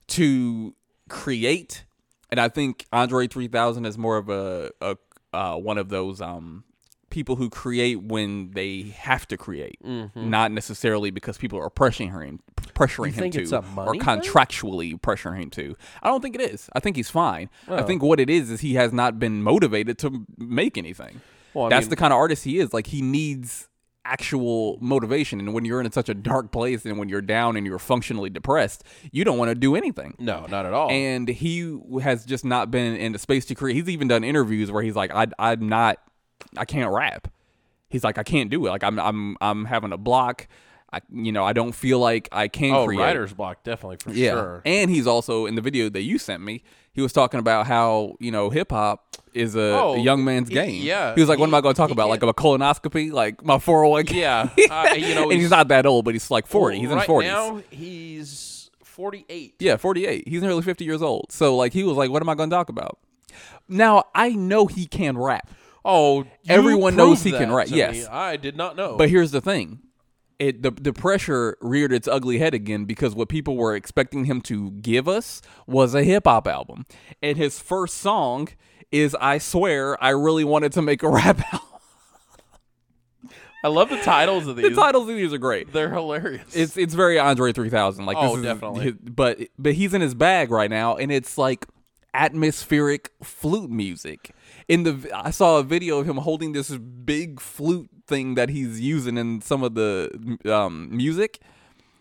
to create, and I think Andre 3000 is more of a, a uh, one of those um, people who create when they have to create, not necessarily because people are pressuring him, pressuring
Mm-hmm. You
him
think
to,
it's a
or
money thing?
contractually pressuring him to. I don't think it is. I think he's fine. I think what it is is he has not been motivated to make anything.
Well, I
That's
mean-
the kind of artist he is. Like he needs actual motivation. And when you're in such a dark place and when you're down and you're functionally depressed, you don't want to do anything.
No, not at all.
And he has just not been in the space to create. He's even done interviews where he's like, I, I'm not, I can't rap. He's like, I can't do it. Like I'm, I'm, I'm having a block. I, you know, I don't feel like I can
oh,
create.
writer's block definitely for sure.
And he's also in the video that you sent me. He was talking about how you know hip hop is a,
Oh,
a young man's
he-
game.
yeah,
He was like, "What am
he-
I going to talk
he
about? Like
can't-
a colonoscopy? Like my four hundred one k? *laughs*
Yeah, uh, you know,
and he's not that old, but he's like forty. He's in his
right
forties.
now. He's forty-eight.
Yeah, 48. He's nearly 50 years old. So like he was like, "What am I going to talk about?" Now, I know he can rap.
Oh, you
Everyone knows
proved
he can
that
write,
to
yes.
me. I did not know.
But here's the thing. It, the, the pressure reared its ugly head again because what people were expecting him to give us was a hip hop album. And his first song is I Swear I Really Wanted to Make a Rap Album. *laughs*
I love the titles of
the
these.
titles of these are great.
They're hilarious.
It's it's very Andre 3000. Like
Oh,
this is,
definitely.
his- but but he's in his bag right now, and it's like atmospheric flute music. In the I saw a video of him holding this big flute thing that he's using in some of the um, music.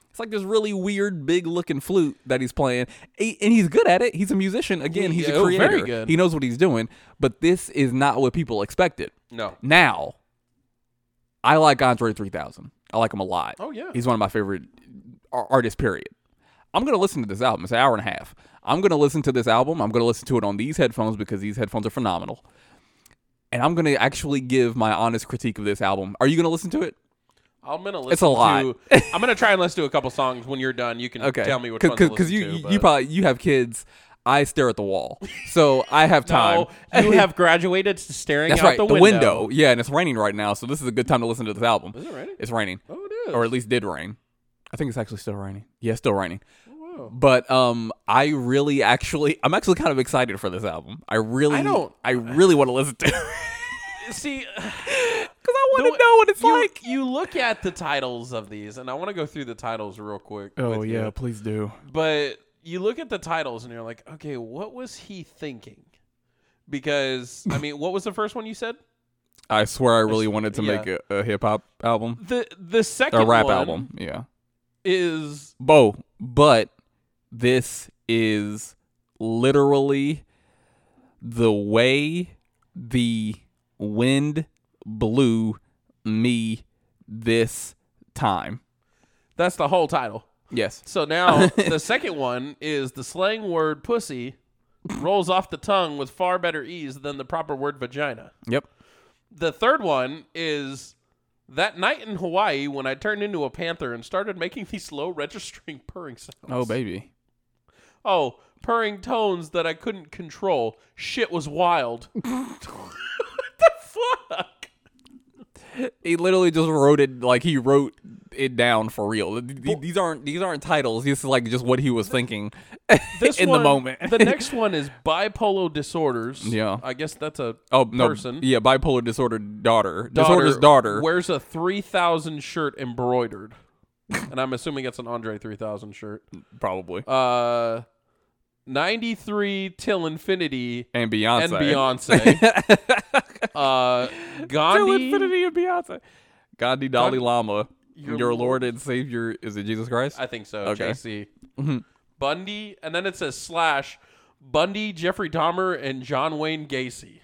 It's like this really weird, big looking flute that he's playing, A- and he's good at it. He's a musician. Again, he's
Yeah,
a
oh,
creator.
very good.
He knows what he's doing. But this is not what people expected.
no.
Now, I like Andre 3000. I like him a lot.
Oh, yeah.
He's one of my favorite ar- artists, period. I'm going to listen to this album. It's an hour and a half. I'm going to listen to this album. I'm going to listen to it on these headphones because these headphones are phenomenal. And I'm going to actually give my honest critique of this album. Are you going to listen to it?
I'm gonna listen.
It's a lot.
To, *laughs* I'm gonna try and listen to a couple songs. When you're done, you can
Okay.
tell me which ones
Because
to
you,
listen
you,
to. but-
you probably you have kids. I stare at the wall. So I have time.
*laughs* No, you have graduated to staring
*laughs* That's
out
right.
the window.
Yeah, and it's raining right now. So this is a good time to listen to this album. Is
it raining?
It's raining.
Oh, it is.
or at least did rain. I think it's actually still raining. Yeah, it's still raining. But um, I really actually, I'm actually kind of excited for this album. I really,
I don't-
I really want to
*laughs*
listen to it because *laughs*
See,
I want
the
to
way-
know what it's
you,
like.
you look at the titles of these, and I want to go through the titles real quick. with you.
please do.
but you look at the titles and you're like, okay, what was he thinking? Because I mean, what was the first one you said?
I swear, I really wanted to
yeah.
make a, a hip hop album,
*laughs* The the second
a rap
one
album. Yeah,
is
Bo, but this is literally the way the wind blew me this time.
that's the whole title.
Yes.
So now the second one is the slang word pussy rolls off the tongue with far better ease than the proper word vagina.
Yep.
The third one is that night in Hawaii when I turned into a panther and started making *laughs* these low registering purring sounds.
Oh baby.
Oh, purring tones that I couldn't control. Shit was wild. *laughs* what the fuck?
He literally just wrote it like he wrote it down for real. Th- th- These aren't these aren't titles. This is like just what he was thinking
This
in
one-
the moment.
the next one is bipolar disorders.
Yeah.
I guess that's a
oh no,
person.
yeah, bipolar disorder daughter, disorder's daughter.
wears a three thousand shirt embroidered, and I'm assuming it's an Andre three thousand shirt.
probably
Uh, ninety three till infinity
and Beyonce
and Beyonce.
*laughs*
uh,
Till
Gandhi.
infinity and Beyonce. Gandhi, Dalai Lama,
Your
your, Lord and Savior is it Jesus Christ?
I think so.
Okay. Mm-hmm.
JC Bundy, and then it says slash Bundy, Jeffrey Dahmer, and John Wayne Gacy.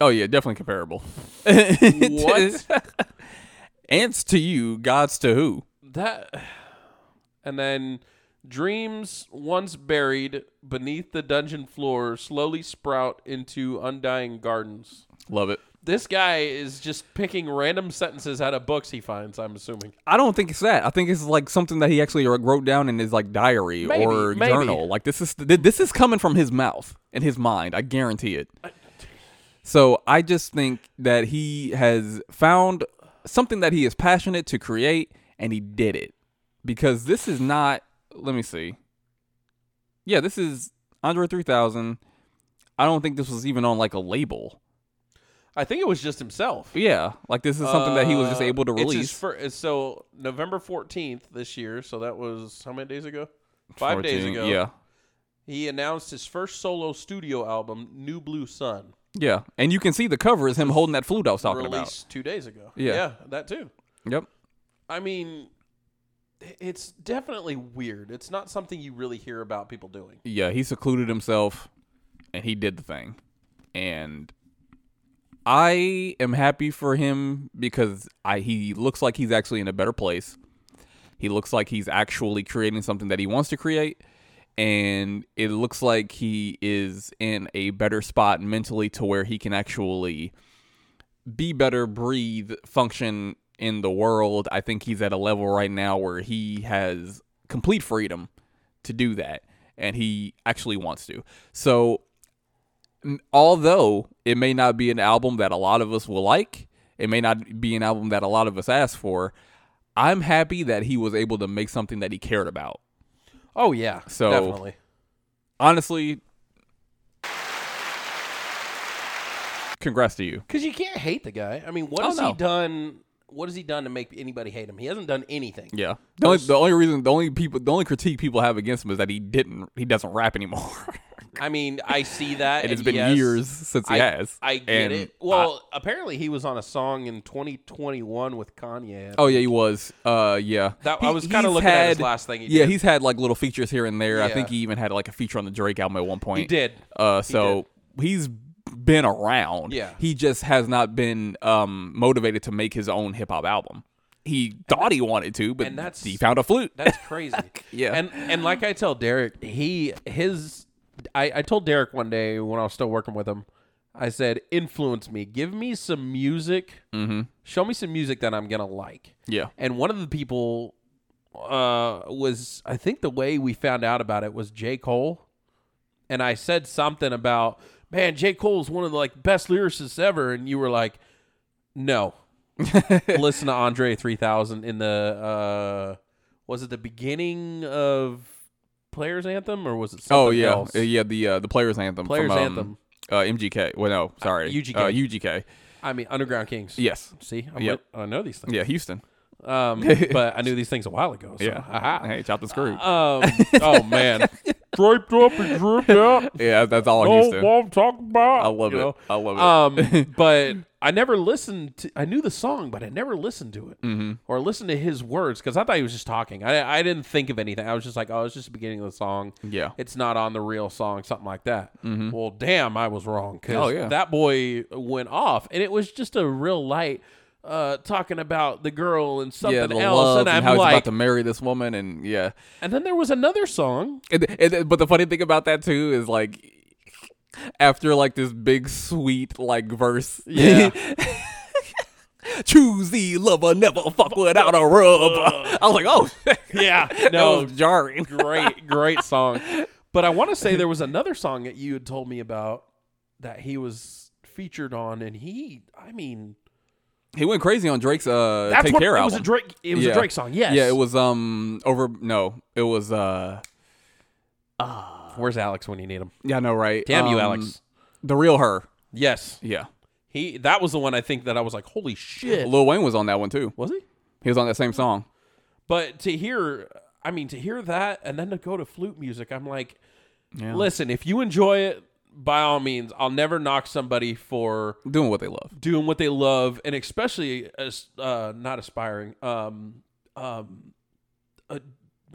oh yeah, definitely comparable.
What?
*laughs* Ants to you, gods to who?
That, *sighs* and then dreams once buried beneath the dungeon floor slowly sprout into undying gardens.
Love it.
This guy is just picking random sentences out of books he finds. I'm assuming.
I don't think it's that. I think it's like something that he actually wrote down in his like diary
Maybe,
or
maybe.
journal. Like this is th- this is coming from his mouth and his mind. I guarantee it. So I just think that he has found something that he is passionate to create, and he did it because this is not. Let me see. Yeah, this is Andre three thousand. I don't think this was even on like a label.
I think it was just himself.
Yeah, like this is something that he was just
Uh,
able to
it's his
release.
fir- it's- so November 14th this year. So that was how many days ago? Five days
14,
ago.
Yeah,
He announced his first solo studio album, New Blue Sun,
Yeah, and you can see the cover is him holding that flute I was talking
released two days ago.
Yeah.
that too.
about. Yep.
I mean, i- it's definitely weird. It's not something you really hear about people doing.
Yeah, he secluded himself, and he did the thing, and I am happy for him because I he looks like he's actually in a better place. He looks like he's actually creating something that he wants to create, and it looks like he is in a better spot mentally to where he can actually be better, breathe, function in the world. I think he's at a level right now where he has complete freedom to do that, and he actually wants to. So, m- although it may not be an album that a lot of us will like, it may not be an album that a lot of us ask for. I'm happy that he was able to make something that he cared about.
Oh yeah,
So-
definitely.
Honestly, congrats to you.
Because you can't hate the guy. I mean, what
Oh,
has
no.
he done? What has he done to make anybody hate him? He hasn't done anything.
Yeah. The only, the only reason, the only people, the only critique people have against him is that he didn't, he doesn't rap anymore. *laughs*
I mean, I see that. *laughs*
and
and
it's been
yes,
years since he
I,
has.
I get
And
it.
I-
Well, apparently he was on a song in 2021 with Kanye.
oh yeah, he was. Uh, yeah.
That-
He-
I was kinda
he's
looking at his
had-
last thing he
yeah,
did.
he's had like little features here and there. I
Yeah.
think he even had like a feature on the Drake album at one point.
he did.
Uh, so he's been around.
Yeah.
He just has not been um motivated to make his own hip hop album. He thought he wanted to, but
and that's-
he found a flute.
*laughs* That's crazy.
Yeah.
And and like I tell Derek, he his I, I told Derek one day when I was still working with him, I said, influence me. Give me some music. Mm-hmm. Show me some music that I'm gonna like.
yeah.
And one of the people uh, was, I think the way we found out about it was J. Cole. And I said something about, man, J. Cole's one of the like best lyricists ever. And you were like,
*laughs*
no. Listen to Andre 3000 in the, uh, was it the beginning of Players Anthem or was it something
Oh yeah,
else?
Uh, yeah. The uh, the players anthem.
Players
from, um,
Anthem.
Uh, MGK. Well, no, sorry.
UGK.
Uh, UGK.
I mean, Underground Kings.
Yes.
See, I'm
Yep.
like, I know these things.
Yeah, Houston. *laughs*
Um, but I knew these things a while ago. So.
Yeah.
haha.
Hey, chop the screw.
Um, *laughs* oh man, draped up and drooped
*laughs*
out.
yeah, that's all
Know
Houston.
what I'm talking about.
I love
you
it.
know?
I love it. *laughs*
Um, but I never listened. to I knew the song, but I never listened to it
Mm-hmm.
or listened to his words because I thought he was just talking. I I didn't think of anything. I was just like, oh, it's just the beginning of the song.
Yeah. Mm-hmm.
it's not on the real song, something like that. Well, damn, I was wrong. 'cause
Oh, yeah.
that boy went off, and it was just a real light. Uh, talking about the girl and something
yeah, the
else,
love
and
and,
I'm
how he's
like,
about to marry this woman, and yeah.
and then there was another song
And, and- but the funny thing about that too is like. After like this big sweet like verse,
Yeah.
*laughs* choose the lover, never fuck without a rub. I was like, oh, *laughs*
Yeah,
no,
no,
that was jarring.
great, great *laughs* song. But I want to say there was another song that you had told me about that he was featured on, and he, I mean,
He went crazy on Drake's uh
That's
Take
what
Care
it was
album.
a Drake. It was
Yeah.
a Drake song. Yes.
Yeah, it was um over no, it was uh
Where's Alex when you need him?
yeah, no right.
Damn you,
Um,
Alex.
The real her.
Yes.
Yeah.
He. That was the one I think that I was like, holy shit.
Lil Wayne was on that one too.
Was he?
He was on that same song.
But to hear, I mean, to hear that and then to go to flute music, I'm like,
Yeah.
listen, if you enjoy it, by all means, I'll never knock somebody for
Doing what they love.
doing what they love, and especially as uh, not aspiring. Um, um, uh,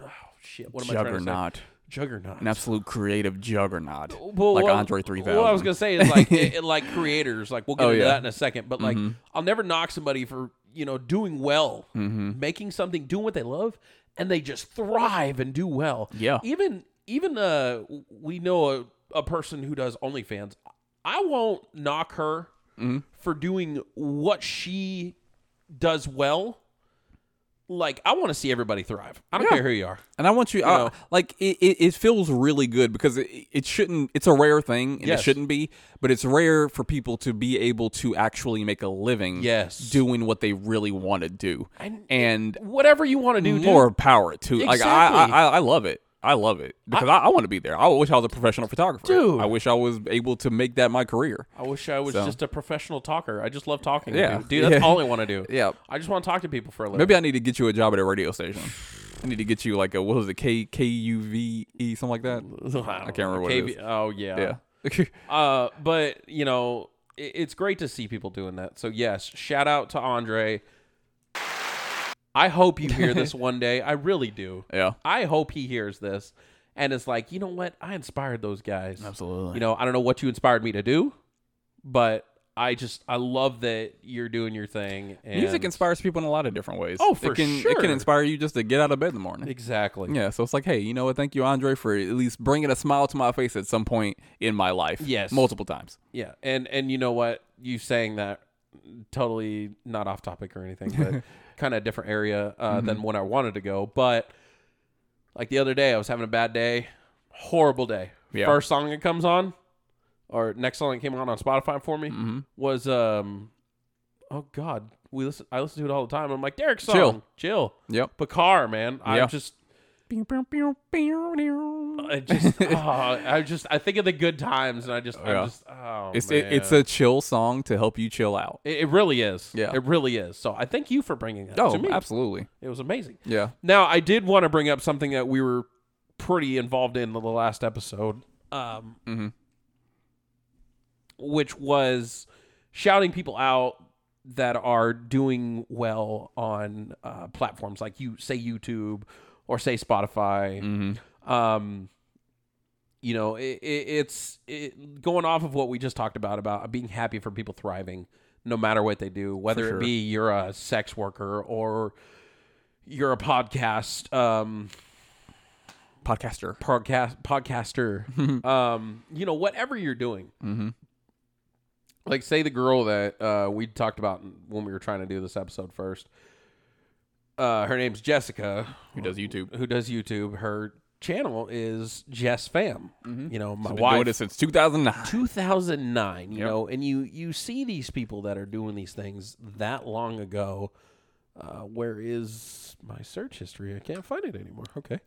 oh shit, what am I trying to
Juggernaut.
say? Juggernaut.
An absolute creative juggernaut.
Well,
like
well,
Andre 3000.
Well, I was gonna say is
*laughs*
like it, it- like creators, like we'll get
Oh,
into
yeah. Mm-hmm.
that in a second, but like I'll never knock somebody for you know doing well,
Mm-hmm.
making something, doing what they love, and they just thrive and do well.
Yeah.
even even uh, we know a, a person who does OnlyFans. I won't knock her
Mm-hmm.
for doing what she does well. Like I want to see everybody thrive. I don't care who you are.
And I want you, I-
know.
like it, it, it feels really good because it, it shouldn't. It's a rare thing, and
Yes.
it shouldn't be. But it's rare for people to be able to actually make a living,
Yes.
doing what they really want to do,
And-
and
Whatever you want to do, dude.
more power to. Like I,
Exactly.
I, I love it. I love it because I, I want to be there. I wish I was a professional photographer.
Dude.
I wish I was able to make that my career.
I wish I was
So.
just a professional talker. I just love talking.
Yeah.
Yeah, dude, that's
Yeah.
all I want to do.
*laughs* Yeah.
I just want to talk to people for a little.
Maybe I need to get you a job at a radio station. I need to get you like a what was it K K U V E something
*laughs*
like that. I can't remember what it is.
Oh yeah,
Yeah. *laughs*
Uh, but you know, it, it's great to see people doing that. So yes, shout out to Andre. I hope you hear
*laughs*
this one day. I really do.
yeah.
I hope he hears this, and it's like, you know what? I inspired those guys.
Absolutely.
You know, I don't know what you inspired me to do, but I just I love that you're doing your thing. And
Music inspires people in a lot of different ways.
Oh, for
it can, It
sure.
can inspire you just to get out of bed in the morning.
Exactly.
Yeah, so it's like, hey, you know what? Thank you, Andre, for at least bringing a smile to my face at some point in my life.
Yes.
multiple times.
Yeah, and and you know what? You saying that totally not off topic or anything, but
*laughs*
kind of a different area uh, than
Mm-hmm.
when I wanted to go. But like the other day, I was having a bad day, horrible day.
Yeah.
First song that comes on, or next song that came on on Spotify for me
Mm-hmm.
was um, oh god, we listen. I listen to it all the time. I'm like Derek's song,
Chill.
chill.
Yep.
Bakar, man.
Yeah.
I'm just. Oh, I
*laughs*
just, oh, I just, I think of the good times, and I just,
Yeah.
I'm just, oh,
It's it, it's
man.
a chill song to help you chill out.
It, it really is.
Yeah.
It really is. So I thank you for bringing that
Oh,
to me.
absolutely.
It was amazing.
Yeah.
Now, I did want to bring up something that we were pretty involved in the last episode, um,
Mhm.
which was shouting people out that are doing well on uh, platforms like you say YouTube or say Spotify
Mm-hmm.
um you know it, it, it's it, going off of what we just talked about about being happy for people thriving no matter what they do whether
sure.
it be you're a sex worker or you're a podcast um
Podcaster.
podcast *laughs* podcaster um you know whatever you're doing
Mm-hmm.
like say the girl that uh, we talked about when we were trying to do this episode first uh, her name's jessica
Who does YouTube?
who does youtube her channel is jess fam you know my
Been doing
wife
it since 2009.
2009 you
Yep.
know and you you see these people that are doing these things that long ago uh, where is my search history i can't find it anymore okay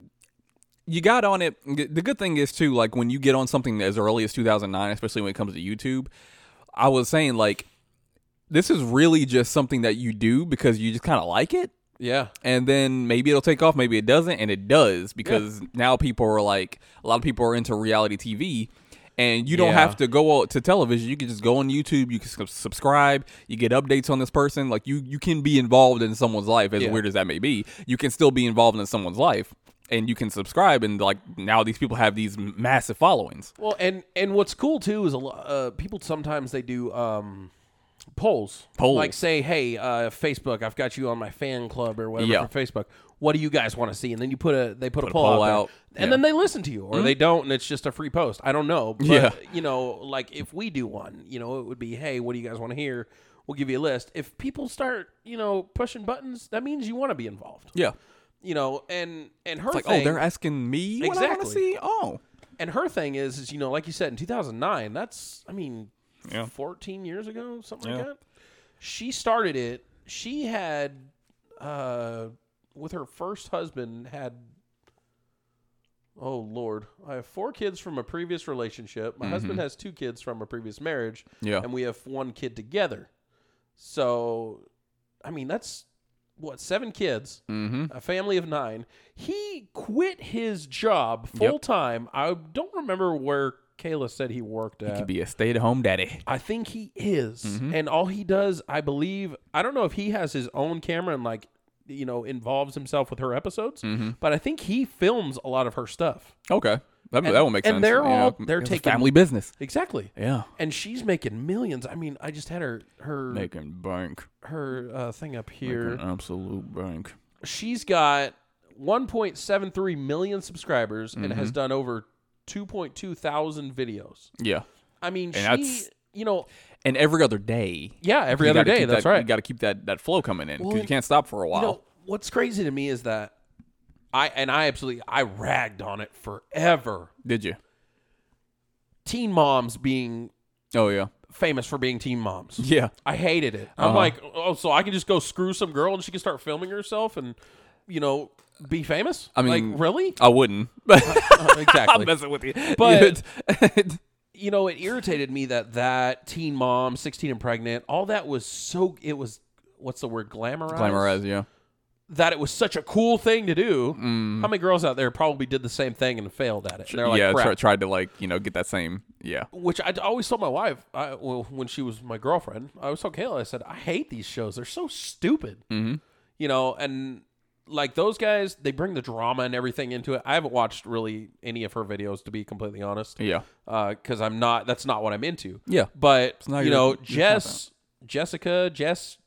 you got on it. The good thing is too, like when you get on something as early as 2009, especially when it comes to YouTube, I was saying like this is really just something that you do because you just kind of like it,
yeah
and then maybe it'll take off, maybe it doesn't, and it does because now people are like a lot of people are into reality TV. And you don't
Yeah.
have to go out to television. You can just go on YouTube. You can sub- subscribe. You get updates on this person. Like you, you can be involved in someone's life, as
Yeah.
weird as that may be. You can still be involved in someone's life, and you can subscribe. And like now, these people have these m- massive followings.
well and and what's cool too is a lo- uh, people sometimes they do um polls
Polls.
like say hey uh, facebook i've got you on my fan club or whatever
Yeah.
for facebook what do you guys want to see and then you put a they put, a poll, out,
poll
there.
out.
and
Yeah. Hmm?
then they listen to you or they don't and it's just a free post i don't know but,
Yeah.
you know like if we do one you know it would be hey what do you guys want to hear we'll give you a list if people start you know pushing buttons that means you want to be involved
Yeah,
you know and and her
it's like
thing,
oh, they're asking me what I want to
Exactly.
see. Oh,
and her thing is, is you know, like you said in 2009, that's I mean,
Yeah.
14 years ago, something
Yeah.
like that. She started it. She had uh with her first husband had Oh Lord. I have four kids from a previous relationship. My husband has two kids from a previous marriage.
Mm-hmm. Yeah.
And we have one kid together. So I mean that's what, seven kids,
Mm-hmm.
a family of nine. He quit his job full time. I don't remember where Kayla said he worked at.
Could be Mm-hmm. a stay-at-home daddy.
I think he is. And all he does, I believe, I don't know if he has his own camera and like, you know, involves himself with her episodes,
Mm-hmm.
but I think he films a lot of her stuff.
Okay, that, that will make sense.
and they're
you know,
all- they're
it's a
taking-
family business.
Exactly.
Yeah,
And she's making millions. I mean, I just had her her
making bank,
her uh, thing up
making
here.
absolute bank.
She's got 1.73 million subscribers and
Mm-hmm.
has done over 2.2 thousand videos.
Yeah,
I mean, she,
that's-
you know,
and every other day.
yeah, every
you
other
gotta
day.
keep
That's
that-
right.
You got to keep that that flow coming in because
Well,
you can't stop for a while.
You know, what's crazy to me is that I and I absolutely I ragged on it forever.
Did you?
Teen moms being
Oh yeah,
famous for being teen moms.
yeah. Uh-huh.
I hated it. I'm like, oh, so I can just go screw some girl and she can start filming herself and you know be famous.
I mean-
like
*laughs*
really?
I wouldn't. I'm
Uh, exactly.
messing with you,
But-
*laughs*
*laughs*
You'd-
you know, it irritated me that that teen mom, 16 and pregnant, all that was so. It was what's the word? Glamorized.
glamorize, yeah.
that it was such a cool thing to do. How many girls out there probably did the same thing and failed at it? And they're like,
yeah,
crap.
try, tried to like you know get that same yeah.
Which I always told my wife, I, well, when she was my girlfriend, I always told Kayla, I said, I hate these shows. They're so stupid. Mm-hmm. You know, and like those guys, they bring the drama and everything into it. I haven't watched really any of her videos, to be completely honest.
Yeah.
Because uh, I'm not, that's not what I'm into.
Yeah.
But,
not
you
your-
know,
your
Jess, Jessica, Jess,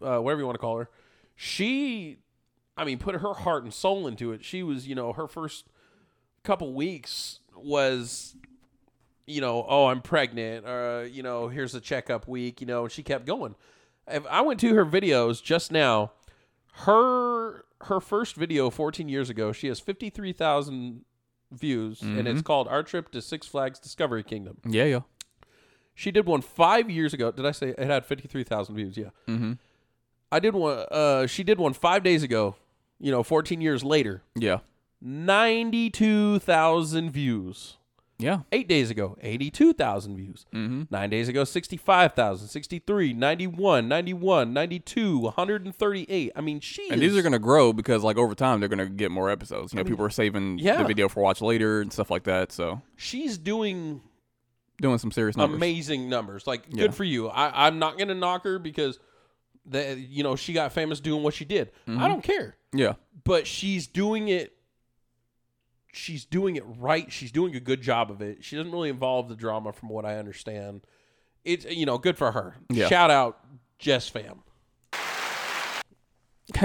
uh, whatever you want to call her, she, I mean, put her heart and soul into it. She was, you know, her first couple weeks was, you know, oh, I'm pregnant, or, you know, here's a checkup week, you know, and she kept going. If I went to her videos just now. Her her first video 14 years ago, she has 53,000 views and
Mm-hmm.
it's called Our Trip to Six Flags Discovery Kingdom.
Yeah, yeah.
She did one five years ago. Did I say it had fifty three thousand views? Yeah.
Mhm.
I did one. Uh, she did one five days ago. You know, fourteen years later,
Yeah.
ninety two thousand views.
Yeah.
Eight days ago, 82,000 views.
Mm-hmm.
Nine days ago, 65,000, 63, 91, 91, 92, 138. I mean, she
And
is-
these are gonna grow because like over time they're gonna get more episodes. You know, people are saving
yeah.
the video for watch later and stuff like that. So
she's doing
doing some serious numbers.
amazing numbers. Like,
Yeah.
good for you. I, I'm not going to knock her because, the, you know, she got famous doing what she did.
Mm-hmm.
I don't care.
Yeah.
but she's doing it she's doing it right she's doing a good job of it she doesn't really involve the drama from what i understand it's you know good for her
Yeah.
shout out jess fam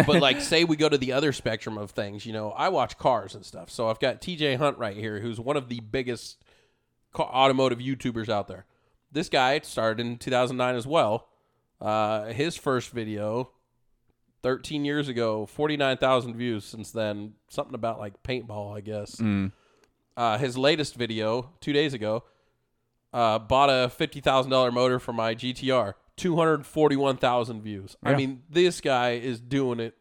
but like say we go to the other spectrum of things you know i watch cars and stuff so i've got tj hunt right here who's one of the biggest ca- automotive youtubers out there this guy started in 2009 as well uh, his first video 13 years ago, 49,000 views since then. Something about like paintball, I guess. Uh, his latest video, two days ago, uh, bought a $50,000 motor for my GTR, 241,000 views. I mean, this guy is doing it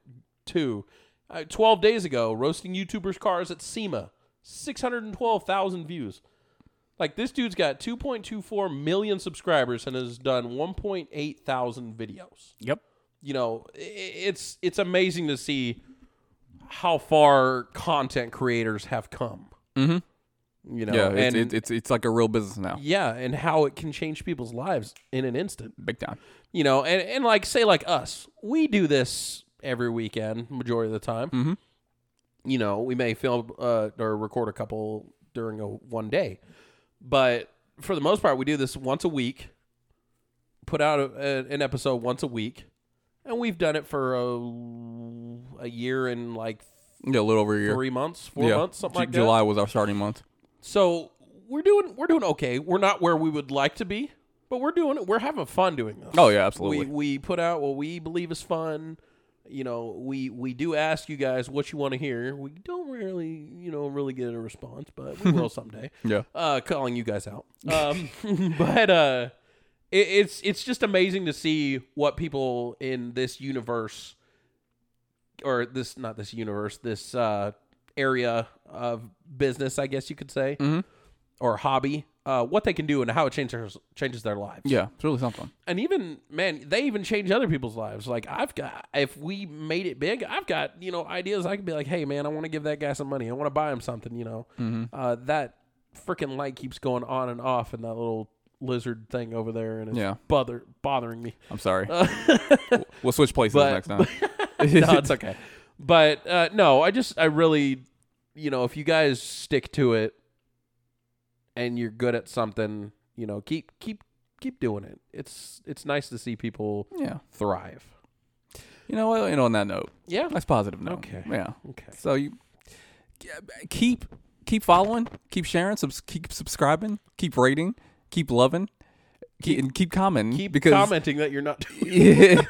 too. Uh, 12 days ago, roasting YouTubers' cars at SEMA, 612,000 views. Like, this dude's got 2.24 million subscribers and has done 1.8 thousand videos
Yep.
you know i- i- it's it's amazing to see how far content creators have come mm-hmm. you know
Yeah. It's,
and
it's it's it's like a real business now.
yeah and how it can change people's lives in an instant
Big time.
you know and, and like say like us we do this every weekend majority of the time mm-hmm. you know we may film uh, or record a couple during a one day but for the most part we do this once a week put out a, a- an episode once a week and we've done it for a, a year and like
Yeah, a little over a year.
three months four
yeah.
months something
Ju-
like that
July was our starting month.
so we're doing we're doing okay. We're not where we would like to be, but we're doing it. We're having fun doing this.
Oh, yeah, absolutely.
We we put out what we believe is fun. You know, we we do ask you guys what you want to hear. We don't really, you know, really get a response, but we will someday.
Yeah.
Uh, calling you guys out. Um, *laughs* but uh, It, it's it's just amazing to see what people in this universe or this not this universe this uh area of business i guess you could say
Mhm.
or hobby uh what they can do and how it changes changes their lives
Yeah, it's really something.
and even man they even change other people's lives like i've got if we made it big i've got you know ideas i could be like hey man i want to give that guy some money i want to buy him something you know uh that freaking light keeps going on and off in that little lizard thing over there and it's
Yeah.
bother bothering *laughs* me
I'm sorry. we'll switch places
Uh, *laughs* but-
next time.
no, it's okay. But uh, no, I just I really, you know, if you guys stick to it and you're good at something, you know, keep keep keep doing it. It's it's nice to see people
*laughs* yeah.
thrive.
You know what? You know, on that note,
Yeah.
that's positive note.
Okay.
Yeah.
Okay.
So you keep keep following, keep sharing, subs- keep subscribing, keep rating, keep loving, keep, and keep commenting.
Keep
because
commenting that you're not.
*laughs*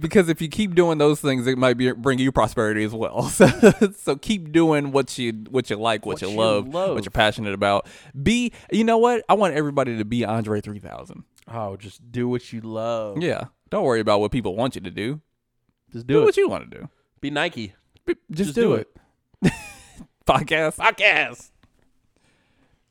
because if you keep doing those things, it might be bring you prosperity as well. *laughs* So, so keep doing what you what you like, what,
What you
love,
love.
what you're passionate about. Be you know what? I want everybody to be Andre 3000.
*laughs* oh, just do what you love.
Yeah. Don't worry about what people want you to do.
Just
Do
do it.
what you want to do.
Be Nike.
Be-
Just
Just, do,
do
it. *laughs* Podcast.
Podcast.